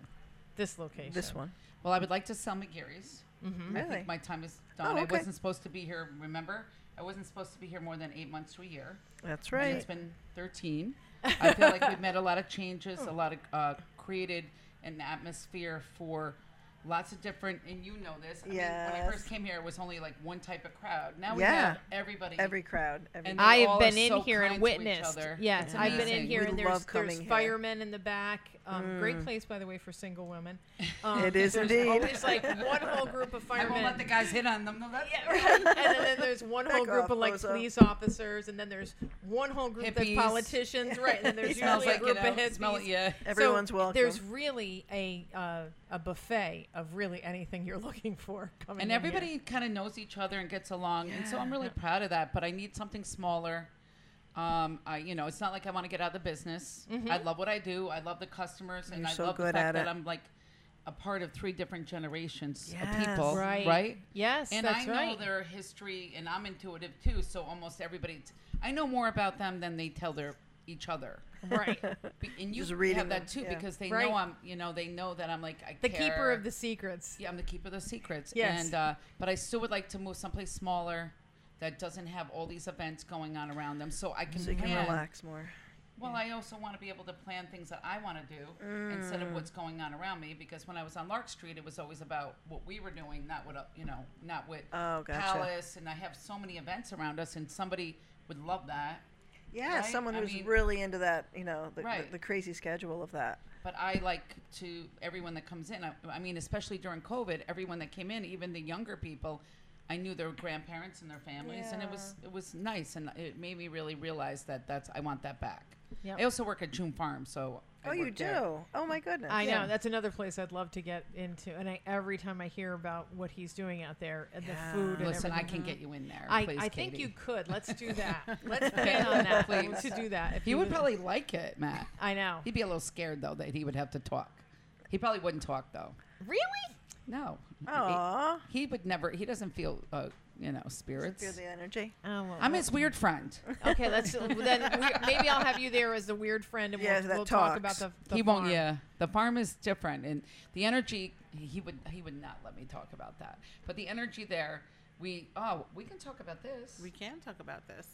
Speaker 5: this location.
Speaker 3: one.
Speaker 7: Well, I would like to sell McGarry's. I
Speaker 3: Mm-hmm. Really?
Speaker 7: think my time is done.
Speaker 3: Oh,
Speaker 7: I
Speaker 3: okay.
Speaker 7: wasn't supposed to be here. Remember, I wasn't supposed to be here more than eight months to a year.
Speaker 3: That's
Speaker 7: And
Speaker 3: right.
Speaker 7: it's been 13. I feel like we've made a lot of changes, a lot of uh, created an atmosphere for lots of different. And you know this. I mean, when I
Speaker 3: Yes.
Speaker 7: first came here, it was only like one type of crowd. Now we
Speaker 3: Yeah.
Speaker 7: have everybody.
Speaker 3: Every crowd. Every
Speaker 7: And-
Speaker 5: I
Speaker 7: They
Speaker 5: have
Speaker 7: all
Speaker 5: been
Speaker 7: are
Speaker 5: in
Speaker 7: so
Speaker 5: here and
Speaker 7: kind to each
Speaker 5: witnessed.
Speaker 7: other.
Speaker 5: Yes,
Speaker 7: It's
Speaker 5: I've been in
Speaker 7: amazing.
Speaker 5: here
Speaker 3: We
Speaker 5: and
Speaker 3: love
Speaker 5: there's,
Speaker 3: coming
Speaker 5: there's
Speaker 3: here. Mm.
Speaker 5: firemen in the back. Um, Great place, by the way, for single women. Um,
Speaker 3: It is
Speaker 5: there's
Speaker 3: indeed.
Speaker 5: Always like one whole group of
Speaker 7: I
Speaker 5: firemen.
Speaker 7: won't let the guys hit on them. No, that's
Speaker 5: Yeah, right. and then, then there's one whole
Speaker 3: Back
Speaker 5: group
Speaker 3: off,
Speaker 5: of like
Speaker 3: bozo.
Speaker 5: police officers, and then there's one whole group
Speaker 7: Hippies.
Speaker 5: that's politicians, right? And then there's
Speaker 7: It smells
Speaker 5: usually
Speaker 7: like
Speaker 5: a group
Speaker 7: you know,
Speaker 5: of hippies.
Speaker 7: Smell it, yeah.
Speaker 3: Everyone's
Speaker 5: so
Speaker 3: welcome.
Speaker 5: There's really a uh, a buffet of really anything you're looking for coming.
Speaker 7: and
Speaker 5: in here.
Speaker 7: everybody kind of knows each other and gets along and so i'm really proud of that but i need something smaller um, I, you know it's not like i want to get out of the business i love what i do i love the customers
Speaker 3: Mm-hmm.
Speaker 7: and
Speaker 3: You're
Speaker 7: i
Speaker 3: so
Speaker 7: love the
Speaker 3: good
Speaker 7: fact
Speaker 3: at
Speaker 7: that
Speaker 3: it.
Speaker 7: i'm like a part of three different generations
Speaker 3: Yes.
Speaker 7: of people
Speaker 5: Right.
Speaker 7: Oh, right
Speaker 5: Yes,
Speaker 7: and
Speaker 5: that's
Speaker 7: i know
Speaker 5: right.
Speaker 7: their history and i'm intuitive too so almost everybody t- i know more about them than they tell their each other
Speaker 5: right?
Speaker 7: Be- and you
Speaker 3: Just reading
Speaker 7: have
Speaker 3: them,
Speaker 7: that too
Speaker 3: yeah.
Speaker 7: because they
Speaker 5: Right.
Speaker 7: know i'm you know they know that i'm like I
Speaker 5: The keeper
Speaker 7: care.
Speaker 5: of the secrets.
Speaker 7: Yeah, I'm the keeper of the secrets.
Speaker 5: Yes.
Speaker 7: And uh, but I still would like to move someplace smaller that doesn't have all these events going on around them, so I can
Speaker 3: so you can
Speaker 7: plan.
Speaker 3: relax more.
Speaker 7: Well, I also want to be able to plan things that I want to do instead
Speaker 3: Mm.
Speaker 7: of what's going on around me. Because when I was on Lark Street, it was always about what we were doing, not what uh, you know, not what
Speaker 3: Oh, gotcha.
Speaker 7: Palace. And I have so many events around us, and somebody would love that.
Speaker 3: Yeah,
Speaker 7: Right?
Speaker 3: someone
Speaker 7: I
Speaker 3: who's
Speaker 7: mean-
Speaker 3: really into that, you know, the, the,
Speaker 7: Right.
Speaker 3: the crazy schedule of that.
Speaker 7: But I like to everyone that comes in. I, I mean, especially during COVID, everyone that came in, even the younger people, I knew their grandparents and their families, and it was it was nice, and it made me really realize that that's I want that back.
Speaker 5: Yep.
Speaker 7: I also work at June Farm, so I
Speaker 3: oh, you
Speaker 7: work
Speaker 3: do?
Speaker 7: there.
Speaker 3: Oh, my goodness.
Speaker 5: I know
Speaker 7: Yeah.
Speaker 5: that's another place I'd love to get into, and I, every time I hear about what he's doing out there, and the food. and
Speaker 7: Listen,
Speaker 5: everything.
Speaker 7: I can get you in there.
Speaker 5: Mm-hmm. I,
Speaker 7: please,
Speaker 5: I think
Speaker 7: Katie.
Speaker 5: you could. Let's do that. Let's plan on that. Please. To do that. If
Speaker 7: He
Speaker 5: you
Speaker 7: would probably like it, Matt.
Speaker 5: I know.
Speaker 7: He'd be a little scared though that he would have to talk. He probably wouldn't talk though.
Speaker 5: Really?
Speaker 7: No. He-
Speaker 3: Aw.
Speaker 7: He, would never. He doesn't feel, uh, you know, spirits.
Speaker 3: Feel the energy.
Speaker 5: Oh, well,
Speaker 7: I'm his weird friend.
Speaker 5: okay. Let's then we, maybe I'll have you there as the weird friend, and
Speaker 3: Yeah,
Speaker 5: we'll,
Speaker 3: that
Speaker 5: we'll talk
Speaker 3: talks.
Speaker 5: about the. the
Speaker 7: he
Speaker 5: farm.
Speaker 7: won't. Yeah, the farm is different, and the energy he would he would not let me talk about that. But the energy there, we oh we can talk about this.
Speaker 4: We can talk about this.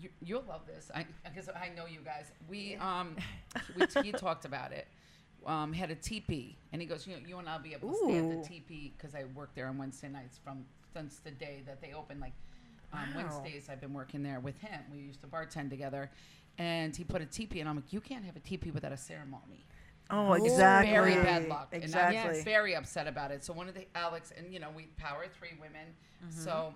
Speaker 7: you, you'll love this. I because I know you guys. We um we he talked about it. Um, had a teepee, and he goes, you know, you and I'll be able to stay at
Speaker 3: Ooh.
Speaker 7: the teepee because I work there on Wednesday nights from since the day that they opened. Like um, Wednesdays, I've been working there with him. We used to bartend together, and he put a teepee, and I'm like, you can't have a teepee without a ceremony
Speaker 3: Oh, exactly.
Speaker 7: very bad luck.
Speaker 3: Exactly.
Speaker 7: And I was very upset about it. So one of the Alex and you know we power three women.
Speaker 3: Mm-hmm.
Speaker 7: So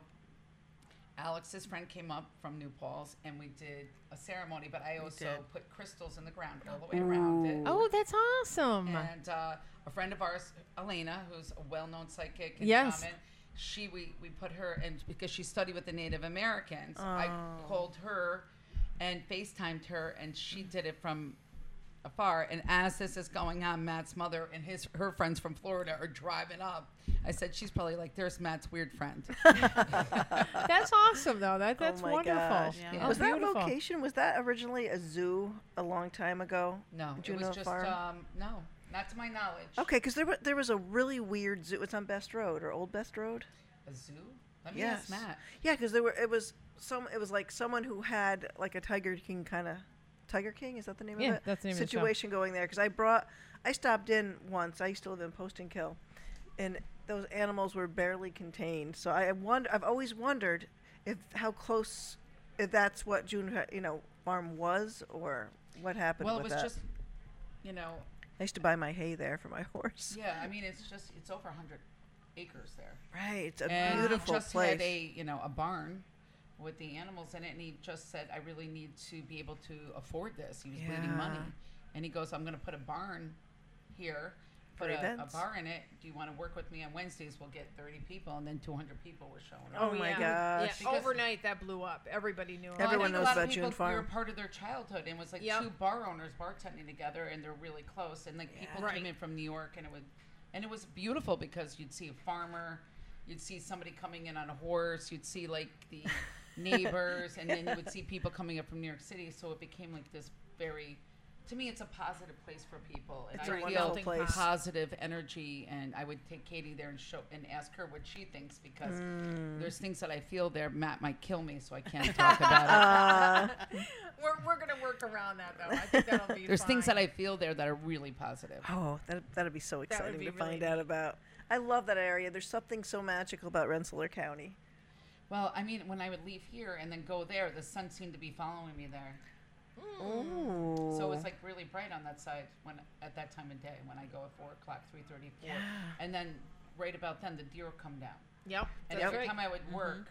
Speaker 7: Alex's friend came up from New Paul's and we did a ceremony, but I also put crystals in the ground all the way around it.
Speaker 5: Oh, that's awesome.
Speaker 3: Mm-hmm.
Speaker 7: And uh, a friend of ours, Elena, who's a well-known psychic in
Speaker 5: Yes.
Speaker 7: shaman, she we, we put her and because she studied with the Native Americans, I
Speaker 3: Oh.
Speaker 7: called her and FaceTimed her, and she did it from afar. And as this is going on, Matt's mother and his her friends from Florida are driving up. I said she's probably like, "There's Matt's weird friend."
Speaker 5: That's awesome, though. That that's
Speaker 3: oh my
Speaker 5: wonderful.
Speaker 3: Gosh.
Speaker 4: Yeah.
Speaker 5: Oh,
Speaker 3: Was that
Speaker 5: beautiful.
Speaker 3: location? Was that originally a zoo a long time ago?
Speaker 7: No, it
Speaker 3: Juno
Speaker 7: was just
Speaker 3: Farm?
Speaker 7: um, no, not to my knowledge.
Speaker 3: okay, because there was there was a really weird zoo. It's on Best Road or Old Best Road.
Speaker 7: A zoo? Let me
Speaker 3: Yes.
Speaker 7: ask Matt.
Speaker 3: Yeah, because there were it was some it was like someone who had like a Tiger King kind of Tiger King is that the name
Speaker 5: Yeah,
Speaker 3: of it?
Speaker 5: that's the name of the show.
Speaker 3: Situation going there because I brought I stopped in once. I used to live in Post and Kill, and those animals were barely contained. So I wonder I've always wondered if how close if that's what June you know farm was or what happened.
Speaker 7: Well, it
Speaker 3: with
Speaker 7: was
Speaker 3: that.
Speaker 7: just, you know,
Speaker 3: I used to buy my hay there for my horse.
Speaker 7: Yeah, I mean, it's just it's over 100 acres there.
Speaker 3: Right. It's a
Speaker 7: and
Speaker 3: beautiful
Speaker 7: he just
Speaker 3: place.
Speaker 7: had a you know a barn with the animals in it, and he just said, "I really need to be able to afford this." He was bleeding money,
Speaker 3: Yeah.
Speaker 7: and he goes, "I'm going to put a barn here."
Speaker 3: For
Speaker 7: Put a, a
Speaker 3: events.
Speaker 7: bar in it. Do you want to work with me on Wednesdays? We'll get 30 people, and then 200 people were showing up.
Speaker 3: Oh my
Speaker 5: yeah.
Speaker 3: gosh.
Speaker 7: Because-
Speaker 5: Overnight, that blew up. Everybody knew.
Speaker 7: Well,
Speaker 5: About it.
Speaker 7: I
Speaker 3: Everyone
Speaker 7: think a
Speaker 3: knows
Speaker 7: lot of
Speaker 3: about June
Speaker 7: people
Speaker 3: Farm.
Speaker 7: You're part of their childhood, and it was like
Speaker 5: Yep.
Speaker 7: two bar owners bartending together, and they're really close. And like people
Speaker 5: Right.
Speaker 7: came in from New York, and it was, and it was beautiful because you'd see a farmer, you'd see somebody coming in on a horse, you'd see like the neighbors, and then you would see people coming up from New York City. So it became like this very, to me, it's a positive place for people, and
Speaker 3: It's a
Speaker 7: I
Speaker 3: wonderful
Speaker 7: feel
Speaker 3: place.
Speaker 7: positive energy. And I would take Katie there and show and ask her what she thinks because
Speaker 3: Hmm.
Speaker 7: there's things that I feel there. Matt might kill me, so I can't talk about it.
Speaker 5: We're, we're gonna work around that though. I think that'll be.
Speaker 7: There's things that
Speaker 5: fine.
Speaker 7: I feel there that are really positive.
Speaker 3: Oh, that that'd be so
Speaker 5: would
Speaker 3: exciting
Speaker 5: be
Speaker 3: to
Speaker 5: really
Speaker 3: find out about. I love that area. There's something so magical about Rensselaer County.
Speaker 7: Well, I mean, when I would leave here and then go there, the sun seemed to be following me there.
Speaker 3: Ooh.
Speaker 7: So it was like really bright on that side when at that time of day when I go at four o'clock, three thirty, four, and then right about then the deer come down.
Speaker 5: Yep.
Speaker 7: And
Speaker 5: that's
Speaker 7: every
Speaker 5: right.
Speaker 7: time I would work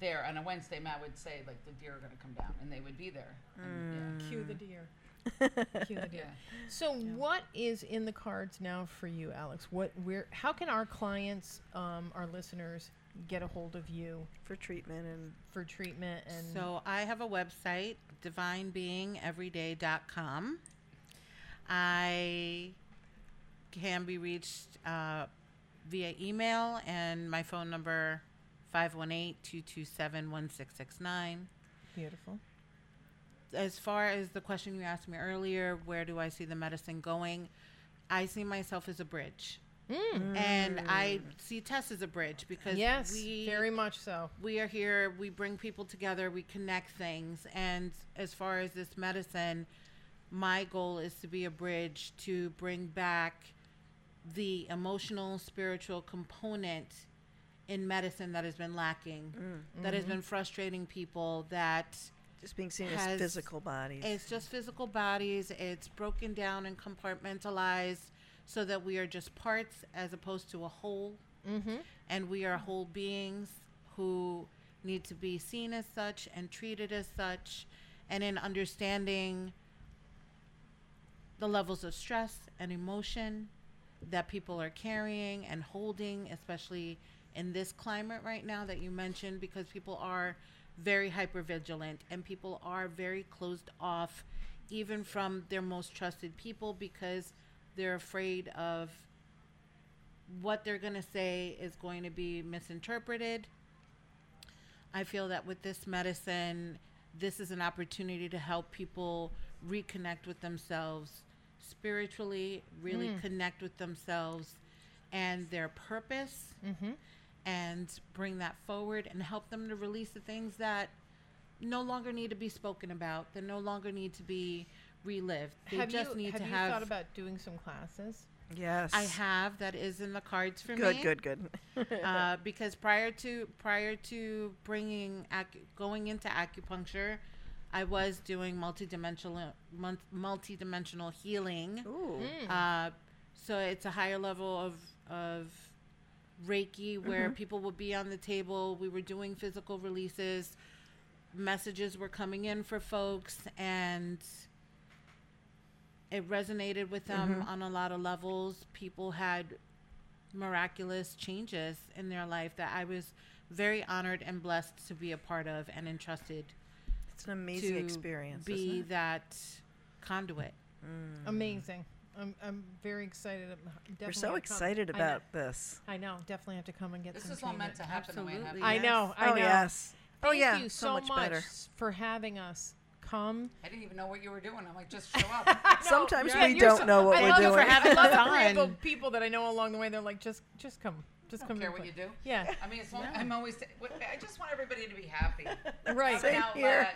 Speaker 7: there on a Wednesday, Matt would say like the deer are going to come down, and they would be there. And,
Speaker 5: Cue the deer. Cue the deer.
Speaker 7: yeah. yeah.
Speaker 5: So, what is in the cards now for you, Alex? What, where, how can our clients, um, our listeners, get a hold of you
Speaker 3: for treatment and
Speaker 5: for treatment? And
Speaker 4: So I have a website, divinebeingeveryday.com. I can be reached uh, via email and my phone number 518-227-1669.
Speaker 5: beautiful.
Speaker 4: As far as the question you asked me earlier, where do I see the medicine going? I see myself as a bridge. And I see Tess as a bridge because
Speaker 5: Hmm. Yes,
Speaker 4: we
Speaker 5: very much so.
Speaker 4: we are here we bring people together we connect things and as far as this medicine my goal is to be a bridge to bring back the emotional spiritual component in medicine that has been lacking that has been frustrating people that
Speaker 3: just being seen
Speaker 4: Has-
Speaker 3: as physical bodies.
Speaker 4: it's just physical bodies. It's broken down and compartmentalized so that we are just parts as opposed to a whole. Mm-hmm. And we are whole beings who need to be seen as such and treated as such. And in understanding the levels of stress and emotion that people are carrying and holding, especially in this climate right now that you mentioned, because people are very hypervigilant and people are very closed off, even from their most trusted people, because they're afraid of what they're going to say is going to be misinterpreted. I feel that with this medicine, this is an opportunity to help people reconnect with themselves spiritually, really
Speaker 5: Mm.
Speaker 4: connect with themselves and their purpose,
Speaker 5: Mm-hmm.
Speaker 4: and bring that forward and help them to release the things that no longer need to be spoken about, that no longer need to be relived. They
Speaker 5: have
Speaker 4: just
Speaker 5: you,
Speaker 4: need
Speaker 5: have
Speaker 4: to
Speaker 5: you
Speaker 4: have.
Speaker 5: thought about doing some classes?
Speaker 3: yes.
Speaker 4: I have that is in the cards for
Speaker 3: Good,
Speaker 4: me
Speaker 3: good, good.
Speaker 4: uh, because prior to prior to bringing acu- going into acupuncture, I was doing multidimensional mun- multidimensional healing.
Speaker 3: Ooh.
Speaker 4: Uh, so it's a higher level of of Reiki
Speaker 3: Mm-hmm.
Speaker 4: where people would be on the table. We were doing physical releases. Messages were coming in for folks, and it resonated with them
Speaker 3: Mm-hmm.
Speaker 4: on a lot of levels. People had miraculous changes in their life that I was very honored and blessed to be a part of and entrusted
Speaker 3: It's an amazing
Speaker 4: to
Speaker 3: experience.
Speaker 4: be
Speaker 3: isn't it?
Speaker 4: that conduit.
Speaker 5: Amazing. I'm, I'm very excited. I'm
Speaker 3: We're
Speaker 5: definitely
Speaker 3: so
Speaker 5: gonna come-
Speaker 3: excited
Speaker 5: I know-
Speaker 3: about this.
Speaker 5: I know. Definitely have to come and get
Speaker 7: This
Speaker 5: some
Speaker 7: is all meant
Speaker 5: treatment.
Speaker 7: to happen the way it
Speaker 4: Absolutely.
Speaker 7: happened.
Speaker 5: I know. I
Speaker 3: oh
Speaker 5: know.
Speaker 3: yes. oh
Speaker 5: Thank
Speaker 3: yeah.
Speaker 5: you
Speaker 3: so much, better.
Speaker 5: s- for having us. Come.
Speaker 7: I didn't even know what you were doing. I'm like, just show up.
Speaker 3: Sometimes
Speaker 5: yeah,
Speaker 3: we
Speaker 5: you're
Speaker 3: don't
Speaker 5: so-
Speaker 3: know what
Speaker 5: I
Speaker 3: we're
Speaker 5: love
Speaker 3: doing.
Speaker 5: you for having
Speaker 4: us
Speaker 5: us
Speaker 4: on.
Speaker 5: people that I know along the way, they're like, just, just come, just
Speaker 7: I
Speaker 5: come.
Speaker 7: don't
Speaker 5: to
Speaker 7: care
Speaker 5: the
Speaker 7: what you
Speaker 5: place."
Speaker 7: do.
Speaker 5: Yeah,
Speaker 7: I mean, it's only, I'm always. I just want everybody to be happy.
Speaker 5: right.
Speaker 7: Have an
Speaker 3: Same
Speaker 7: outlet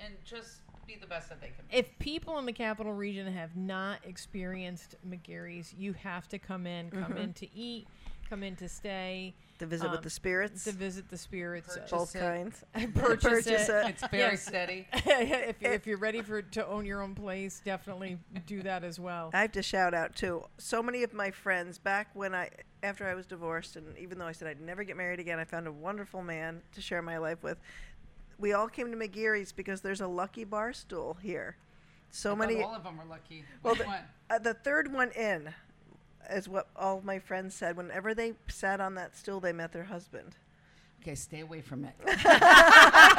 Speaker 7: and just be the best that they can. be.
Speaker 5: if people in the capital region have not experienced McGarry's, you have to come in, come
Speaker 3: Mm-hmm.
Speaker 5: in to eat, come in to stay,
Speaker 3: To visit with
Speaker 5: um,
Speaker 3: the spirits,
Speaker 5: to visit the spirits.
Speaker 7: Purchase
Speaker 5: uh,
Speaker 3: both
Speaker 7: it.
Speaker 3: kinds.
Speaker 5: Purchase it.
Speaker 7: It's very
Speaker 5: Yes.
Speaker 7: steady.
Speaker 5: if, you- if you're ready for to own your own place, definitely do that as well.
Speaker 3: I have to shout out too. So many of my friends back when I after I was divorced, and even though I said I'd never get married again, I found a wonderful man to share my life with. We all came to McGeary's because there's a lucky bar stool here. So
Speaker 7: Not
Speaker 3: many.
Speaker 7: all of them are lucky.
Speaker 3: Well,
Speaker 7: Which
Speaker 3: the,
Speaker 7: one?
Speaker 3: uh, the third one in is what all my friends said. Whenever they sat on that stool, they met their husband.
Speaker 7: Okay, stay away from it. There's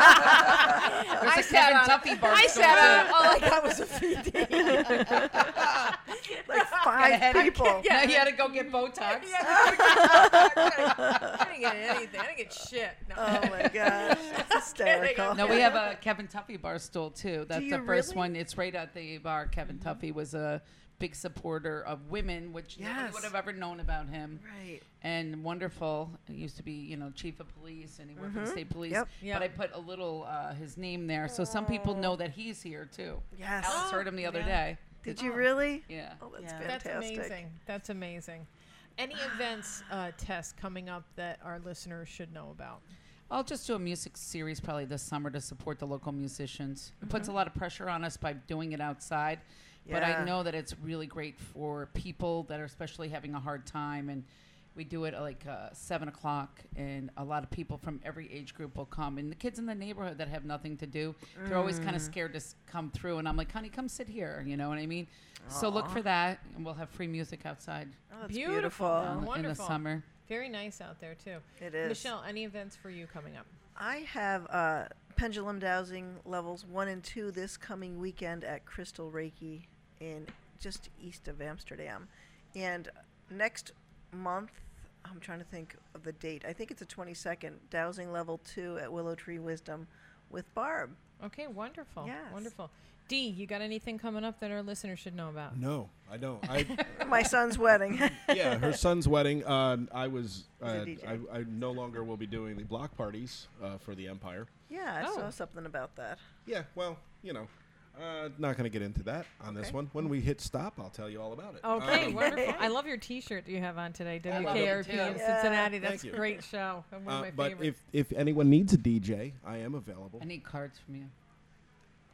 Speaker 7: I sat on Duffy bar
Speaker 8: I
Speaker 7: stool,
Speaker 8: sat
Speaker 7: too.
Speaker 8: on. Oh, like,
Speaker 5: That was a feat.
Speaker 3: Like
Speaker 7: Got a
Speaker 3: five
Speaker 7: headache.
Speaker 3: people.
Speaker 7: Now you had to go get Botox.
Speaker 8: I didn't get anything. I didn't get shit. No.
Speaker 3: Oh my gosh, it's hysterical.
Speaker 7: No, we have a Kevin Tuffy bar stool too. That's the
Speaker 3: you
Speaker 7: first
Speaker 3: really? Mm-hmm.
Speaker 7: one. It's right at the bar. Kevin Tuffy was a big supporter of women, which nobody
Speaker 3: Yes.
Speaker 7: would have ever known about him.
Speaker 3: Right.
Speaker 7: And wonderful. He used to be, you know, chief of police, and he worked for the state police.
Speaker 3: Mm-hmm. Yep.
Speaker 5: Yeah.
Speaker 7: But I put a little uh, his name there, so some people know that he's here too.
Speaker 3: Yes.
Speaker 7: Alex heard him the other
Speaker 5: yeah.
Speaker 7: day.
Speaker 3: Did you really?
Speaker 7: Yeah.
Speaker 3: Oh, that's
Speaker 4: Yeah.
Speaker 5: That's
Speaker 3: fantastic.
Speaker 5: amazing. That's amazing. Any events, uh, tests coming up that our listeners should know about?
Speaker 7: I'll just do a music series probably this summer to support the local musicians. It puts a lot of pressure on us by doing it outside, but I
Speaker 3: Mm-hmm. Yeah.
Speaker 7: know that it's really great for people that are especially having a hard time. And we do it at like uh, seven o'clock, and a lot of people from every age group will come. And the kids in the neighborhood that have nothing to do, they're always
Speaker 3: Mm.
Speaker 7: kind of scared to s- come through. And I'm like, honey, come sit here. You know what I mean? So look for that, and we'll have free music outside
Speaker 3: Oh, that's beautiful.
Speaker 5: Beautiful.
Speaker 7: um, in the
Speaker 5: wonderful.
Speaker 7: summer.
Speaker 5: Very nice out there too.
Speaker 3: It is.
Speaker 5: Michelle, any events for you coming up?
Speaker 3: I have uh, pendulum dowsing levels one and two this coming weekend at Crystal Reiki in just east of Amsterdam, and next month I'm trying to think of the date. I think it's the 22nd. Dowsing level two at Willow Tree Wisdom with Barb.
Speaker 5: Okay, wonderful.
Speaker 3: Yes.
Speaker 5: Wonderful. D, you got anything coming up that our listeners should know about?
Speaker 6: No, I don't. I,
Speaker 3: My son's wedding.
Speaker 6: yeah, her son's wedding. Uh, I was.
Speaker 3: He's a
Speaker 6: Uh,
Speaker 3: DJ.
Speaker 6: I, I no longer will be doing the block parties uh, for the Empire.
Speaker 3: yeah, I
Speaker 5: Oh.
Speaker 3: saw something about that.
Speaker 6: Yeah, well, you know, uh, not going to get into that on this
Speaker 3: Okay.
Speaker 6: one. When we hit stop, I'll tell you all about it.
Speaker 5: Okay,
Speaker 6: Um,
Speaker 5: wonderful. Oh, I love your T-shirt that you have on today.
Speaker 7: I love it
Speaker 5: WKRP in
Speaker 7: too.
Speaker 3: Yeah.
Speaker 5: Cincinnati. That's
Speaker 6: Thank
Speaker 5: a
Speaker 6: you.
Speaker 5: great show. and One
Speaker 6: uh,
Speaker 5: of my
Speaker 6: but
Speaker 5: favorites.
Speaker 6: if, if anyone needs a DJ, I am available.
Speaker 7: I need cards from you.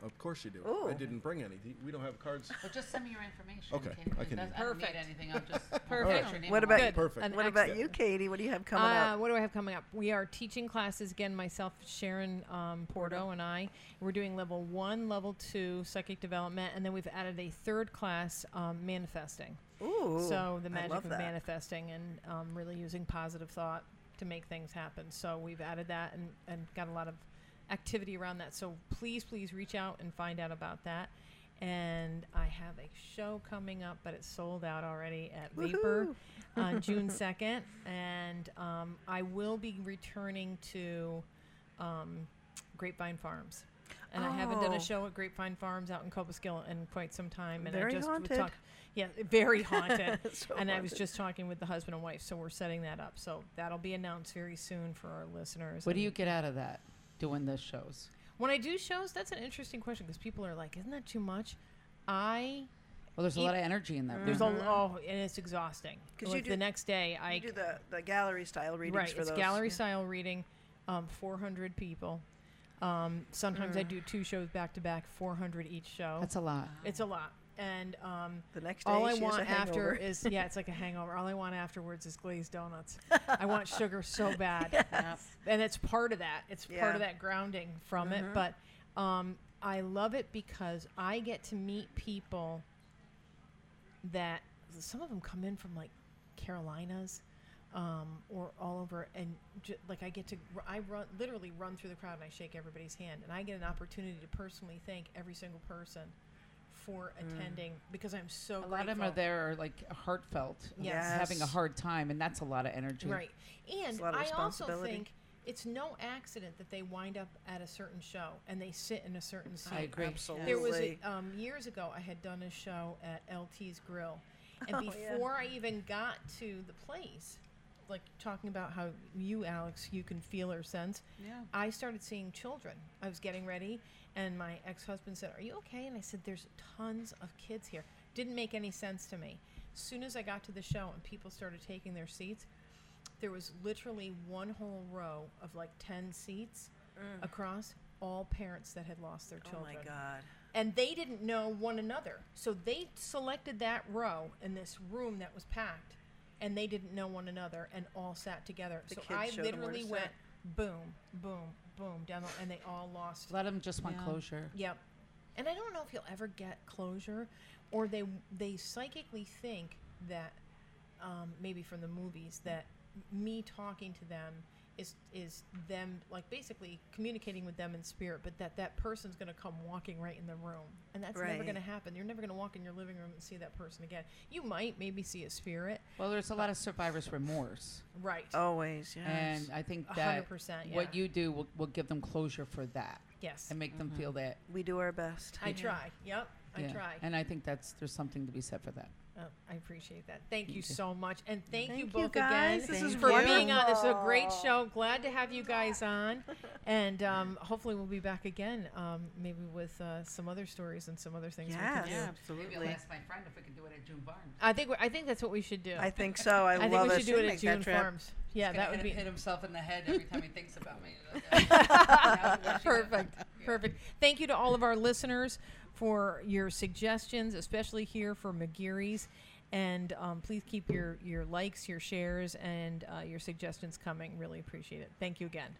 Speaker 6: Of course you do. I
Speaker 3: Ooh.
Speaker 6: didn't bring any. Do- We don't have cards.
Speaker 7: Well, just send me your information.
Speaker 6: Okay, I can do
Speaker 7: That's-
Speaker 6: that.
Speaker 7: I don't need
Speaker 5: Perfect.
Speaker 7: anything. I'll just
Speaker 5: Perfect.
Speaker 7: put your name
Speaker 3: What
Speaker 7: on
Speaker 3: about-
Speaker 7: it.
Speaker 5: Good.
Speaker 6: Perfect.
Speaker 5: An
Speaker 3: What about
Speaker 5: excellent-
Speaker 3: you, Katie? What do you have coming
Speaker 5: Uh,
Speaker 3: up?
Speaker 5: what do I have coming up? We are teaching classes again, myself, Sharon um, Porto, and I. We're doing level one, level two, psychic development, and then we've added a third class, um, manifesting.
Speaker 3: Ooh,
Speaker 5: so the
Speaker 3: I
Speaker 5: magic
Speaker 3: love
Speaker 5: of
Speaker 3: that.
Speaker 5: manifesting and um, really using positive thought to make things happen. So we've added that and, and got a lot of activity around that. So please, please reach out and find out about that. And I have a show coming up, but it's sold out already at Vapor
Speaker 3: Woohoo.
Speaker 5: on June 2nd. And um, I will be returning to um, Grapevine Farms. And I haven't done
Speaker 3: Oh.
Speaker 5: a show at Grapevine Farms out in Copaskill in quite some time. And
Speaker 3: Very
Speaker 5: I just was
Speaker 3: haunted.
Speaker 5: talk- yeah, very haunted.
Speaker 3: So
Speaker 5: and I was
Speaker 3: haunted.
Speaker 5: just talking with the husband and wife, so we're setting that up. So that'll be announced very soon for our listeners.
Speaker 7: What do
Speaker 5: And
Speaker 7: you get out of that doing the shows?
Speaker 5: When I do shows, that's an interesting question because people are like, "Isn't that too much?" I
Speaker 7: Well, there's a
Speaker 5: Eat-
Speaker 7: lot of energy in that.
Speaker 5: there's
Speaker 7: room.
Speaker 5: a oh, and it's exhausting.
Speaker 3: 'Cause you
Speaker 5: Like,
Speaker 3: do-
Speaker 5: the next day, I
Speaker 3: you do the, the gallery style readings
Speaker 5: right.
Speaker 3: for
Speaker 5: it's
Speaker 3: those. Oh
Speaker 5: gallery style reading, um, 400 people. Um, sometimes I do two shows back to back, 400 each show.
Speaker 7: That's a lot.
Speaker 5: it's a lot, and um,
Speaker 3: The next day,
Speaker 5: all I
Speaker 3: she has a
Speaker 5: want after
Speaker 3: hangover.
Speaker 5: is yeah, it's like a hangover. All I want afterwards is glazed donuts. I want sugar so bad, and it's part of that. It's part
Speaker 3: Yeah.
Speaker 5: of that grounding from it. But um, I love it because I get to meet people that some of them come in from like Carolinas um, or all over, and ju- like I get to r- I run literally run through the crowd and I shake everybody's hand, and I get an opportunity to personally thank every single person for attending because I'm so
Speaker 7: A lot of them are
Speaker 5: grateful.
Speaker 7: there are like heartfelt,
Speaker 5: Yes.
Speaker 7: having a hard time, and that's a lot of energy.
Speaker 5: Right. And
Speaker 3: a lot of
Speaker 5: I also
Speaker 3: responsibility.
Speaker 5: think it's no accident that they wind up at a certain show and they sit in a certain seat.
Speaker 7: I agree.
Speaker 5: There was a,
Speaker 3: Absolutely.
Speaker 5: um, years ago, I had done a show at LT's Grill. And
Speaker 3: Oh,
Speaker 5: before I even got to the place, like talking about how you, Alex, you can feel or sense,
Speaker 7: Yeah.
Speaker 5: I started seeing children. I was getting ready, and my ex husband said, Are you okay? And I said, There's tons of kids here. Didn't make any sense to me. Soon as I got to the show and people started taking their seats, there was literally one whole row of like 10 seats across, all parents that had lost their
Speaker 3: Mm. Oh
Speaker 5: children
Speaker 3: my God.
Speaker 5: and they didn't know one another. So they selected that row in this room that was packed and they didn't know one another and all sat together.
Speaker 3: The
Speaker 5: so
Speaker 3: kids
Speaker 5: I
Speaker 3: showed 'em where to
Speaker 5: literally
Speaker 3: sit.
Speaker 5: went boom, boom, boom down the, and they all lost.
Speaker 7: Let them just want
Speaker 4: Yeah.
Speaker 7: closure.
Speaker 5: Yep. And I don't know if you'll ever get closure, or they they psychically think that um, maybe from the movies that me talking to them is is them like basically communicating with them in spirit, but that that person's going to come walking right in the room, and that's never
Speaker 3: Right.
Speaker 5: going to happen. You're never going to walk in your living room and see that person again. You might maybe see a spirit,
Speaker 7: Well, there's a lot of survivor's remorse,
Speaker 5: right?
Speaker 7: Oh,
Speaker 3: Always, yes.
Speaker 7: and I think
Speaker 5: A
Speaker 7: that
Speaker 5: hundred percent,
Speaker 7: what
Speaker 5: yeah.
Speaker 7: you do will, will give them closure for that.
Speaker 5: Yes.
Speaker 7: and make them feel that.
Speaker 3: we do our best.
Speaker 5: I try. Yep, I
Speaker 7: yeah.
Speaker 5: try.
Speaker 7: and I think that's there's something to be said for that.
Speaker 5: Oh, I appreciate that. Thank you so much, and thank, you
Speaker 3: Thank you,
Speaker 5: both
Speaker 3: guys. This
Speaker 5: again
Speaker 3: is
Speaker 5: for being
Speaker 3: wonderful.
Speaker 5: on. This is a great show. Glad to have you guys on, and um, hopefully we'll be back again, um, maybe with uh, some other stories and some other things. We
Speaker 3: Yes.
Speaker 5: can do.
Speaker 3: Yeah,
Speaker 7: Maybe I'll ask my friend if we can do it at June Barnes.
Speaker 5: I think we're, I think that's what we should do.
Speaker 3: I think so. I,
Speaker 5: I think
Speaker 3: love
Speaker 5: we
Speaker 3: it.
Speaker 5: should do it at
Speaker 3: make that
Speaker 5: June
Speaker 3: trip.
Speaker 5: Farms. Yeah, that would be
Speaker 7: hit himself in the head every time he thinks about me.
Speaker 5: perfect. Perfect. Thank you to all of our listeners for your suggestions, especially here for McGeary's. And um, please keep your, your likes, your shares, and uh, your suggestions coming. Really appreciate it. Thank you again.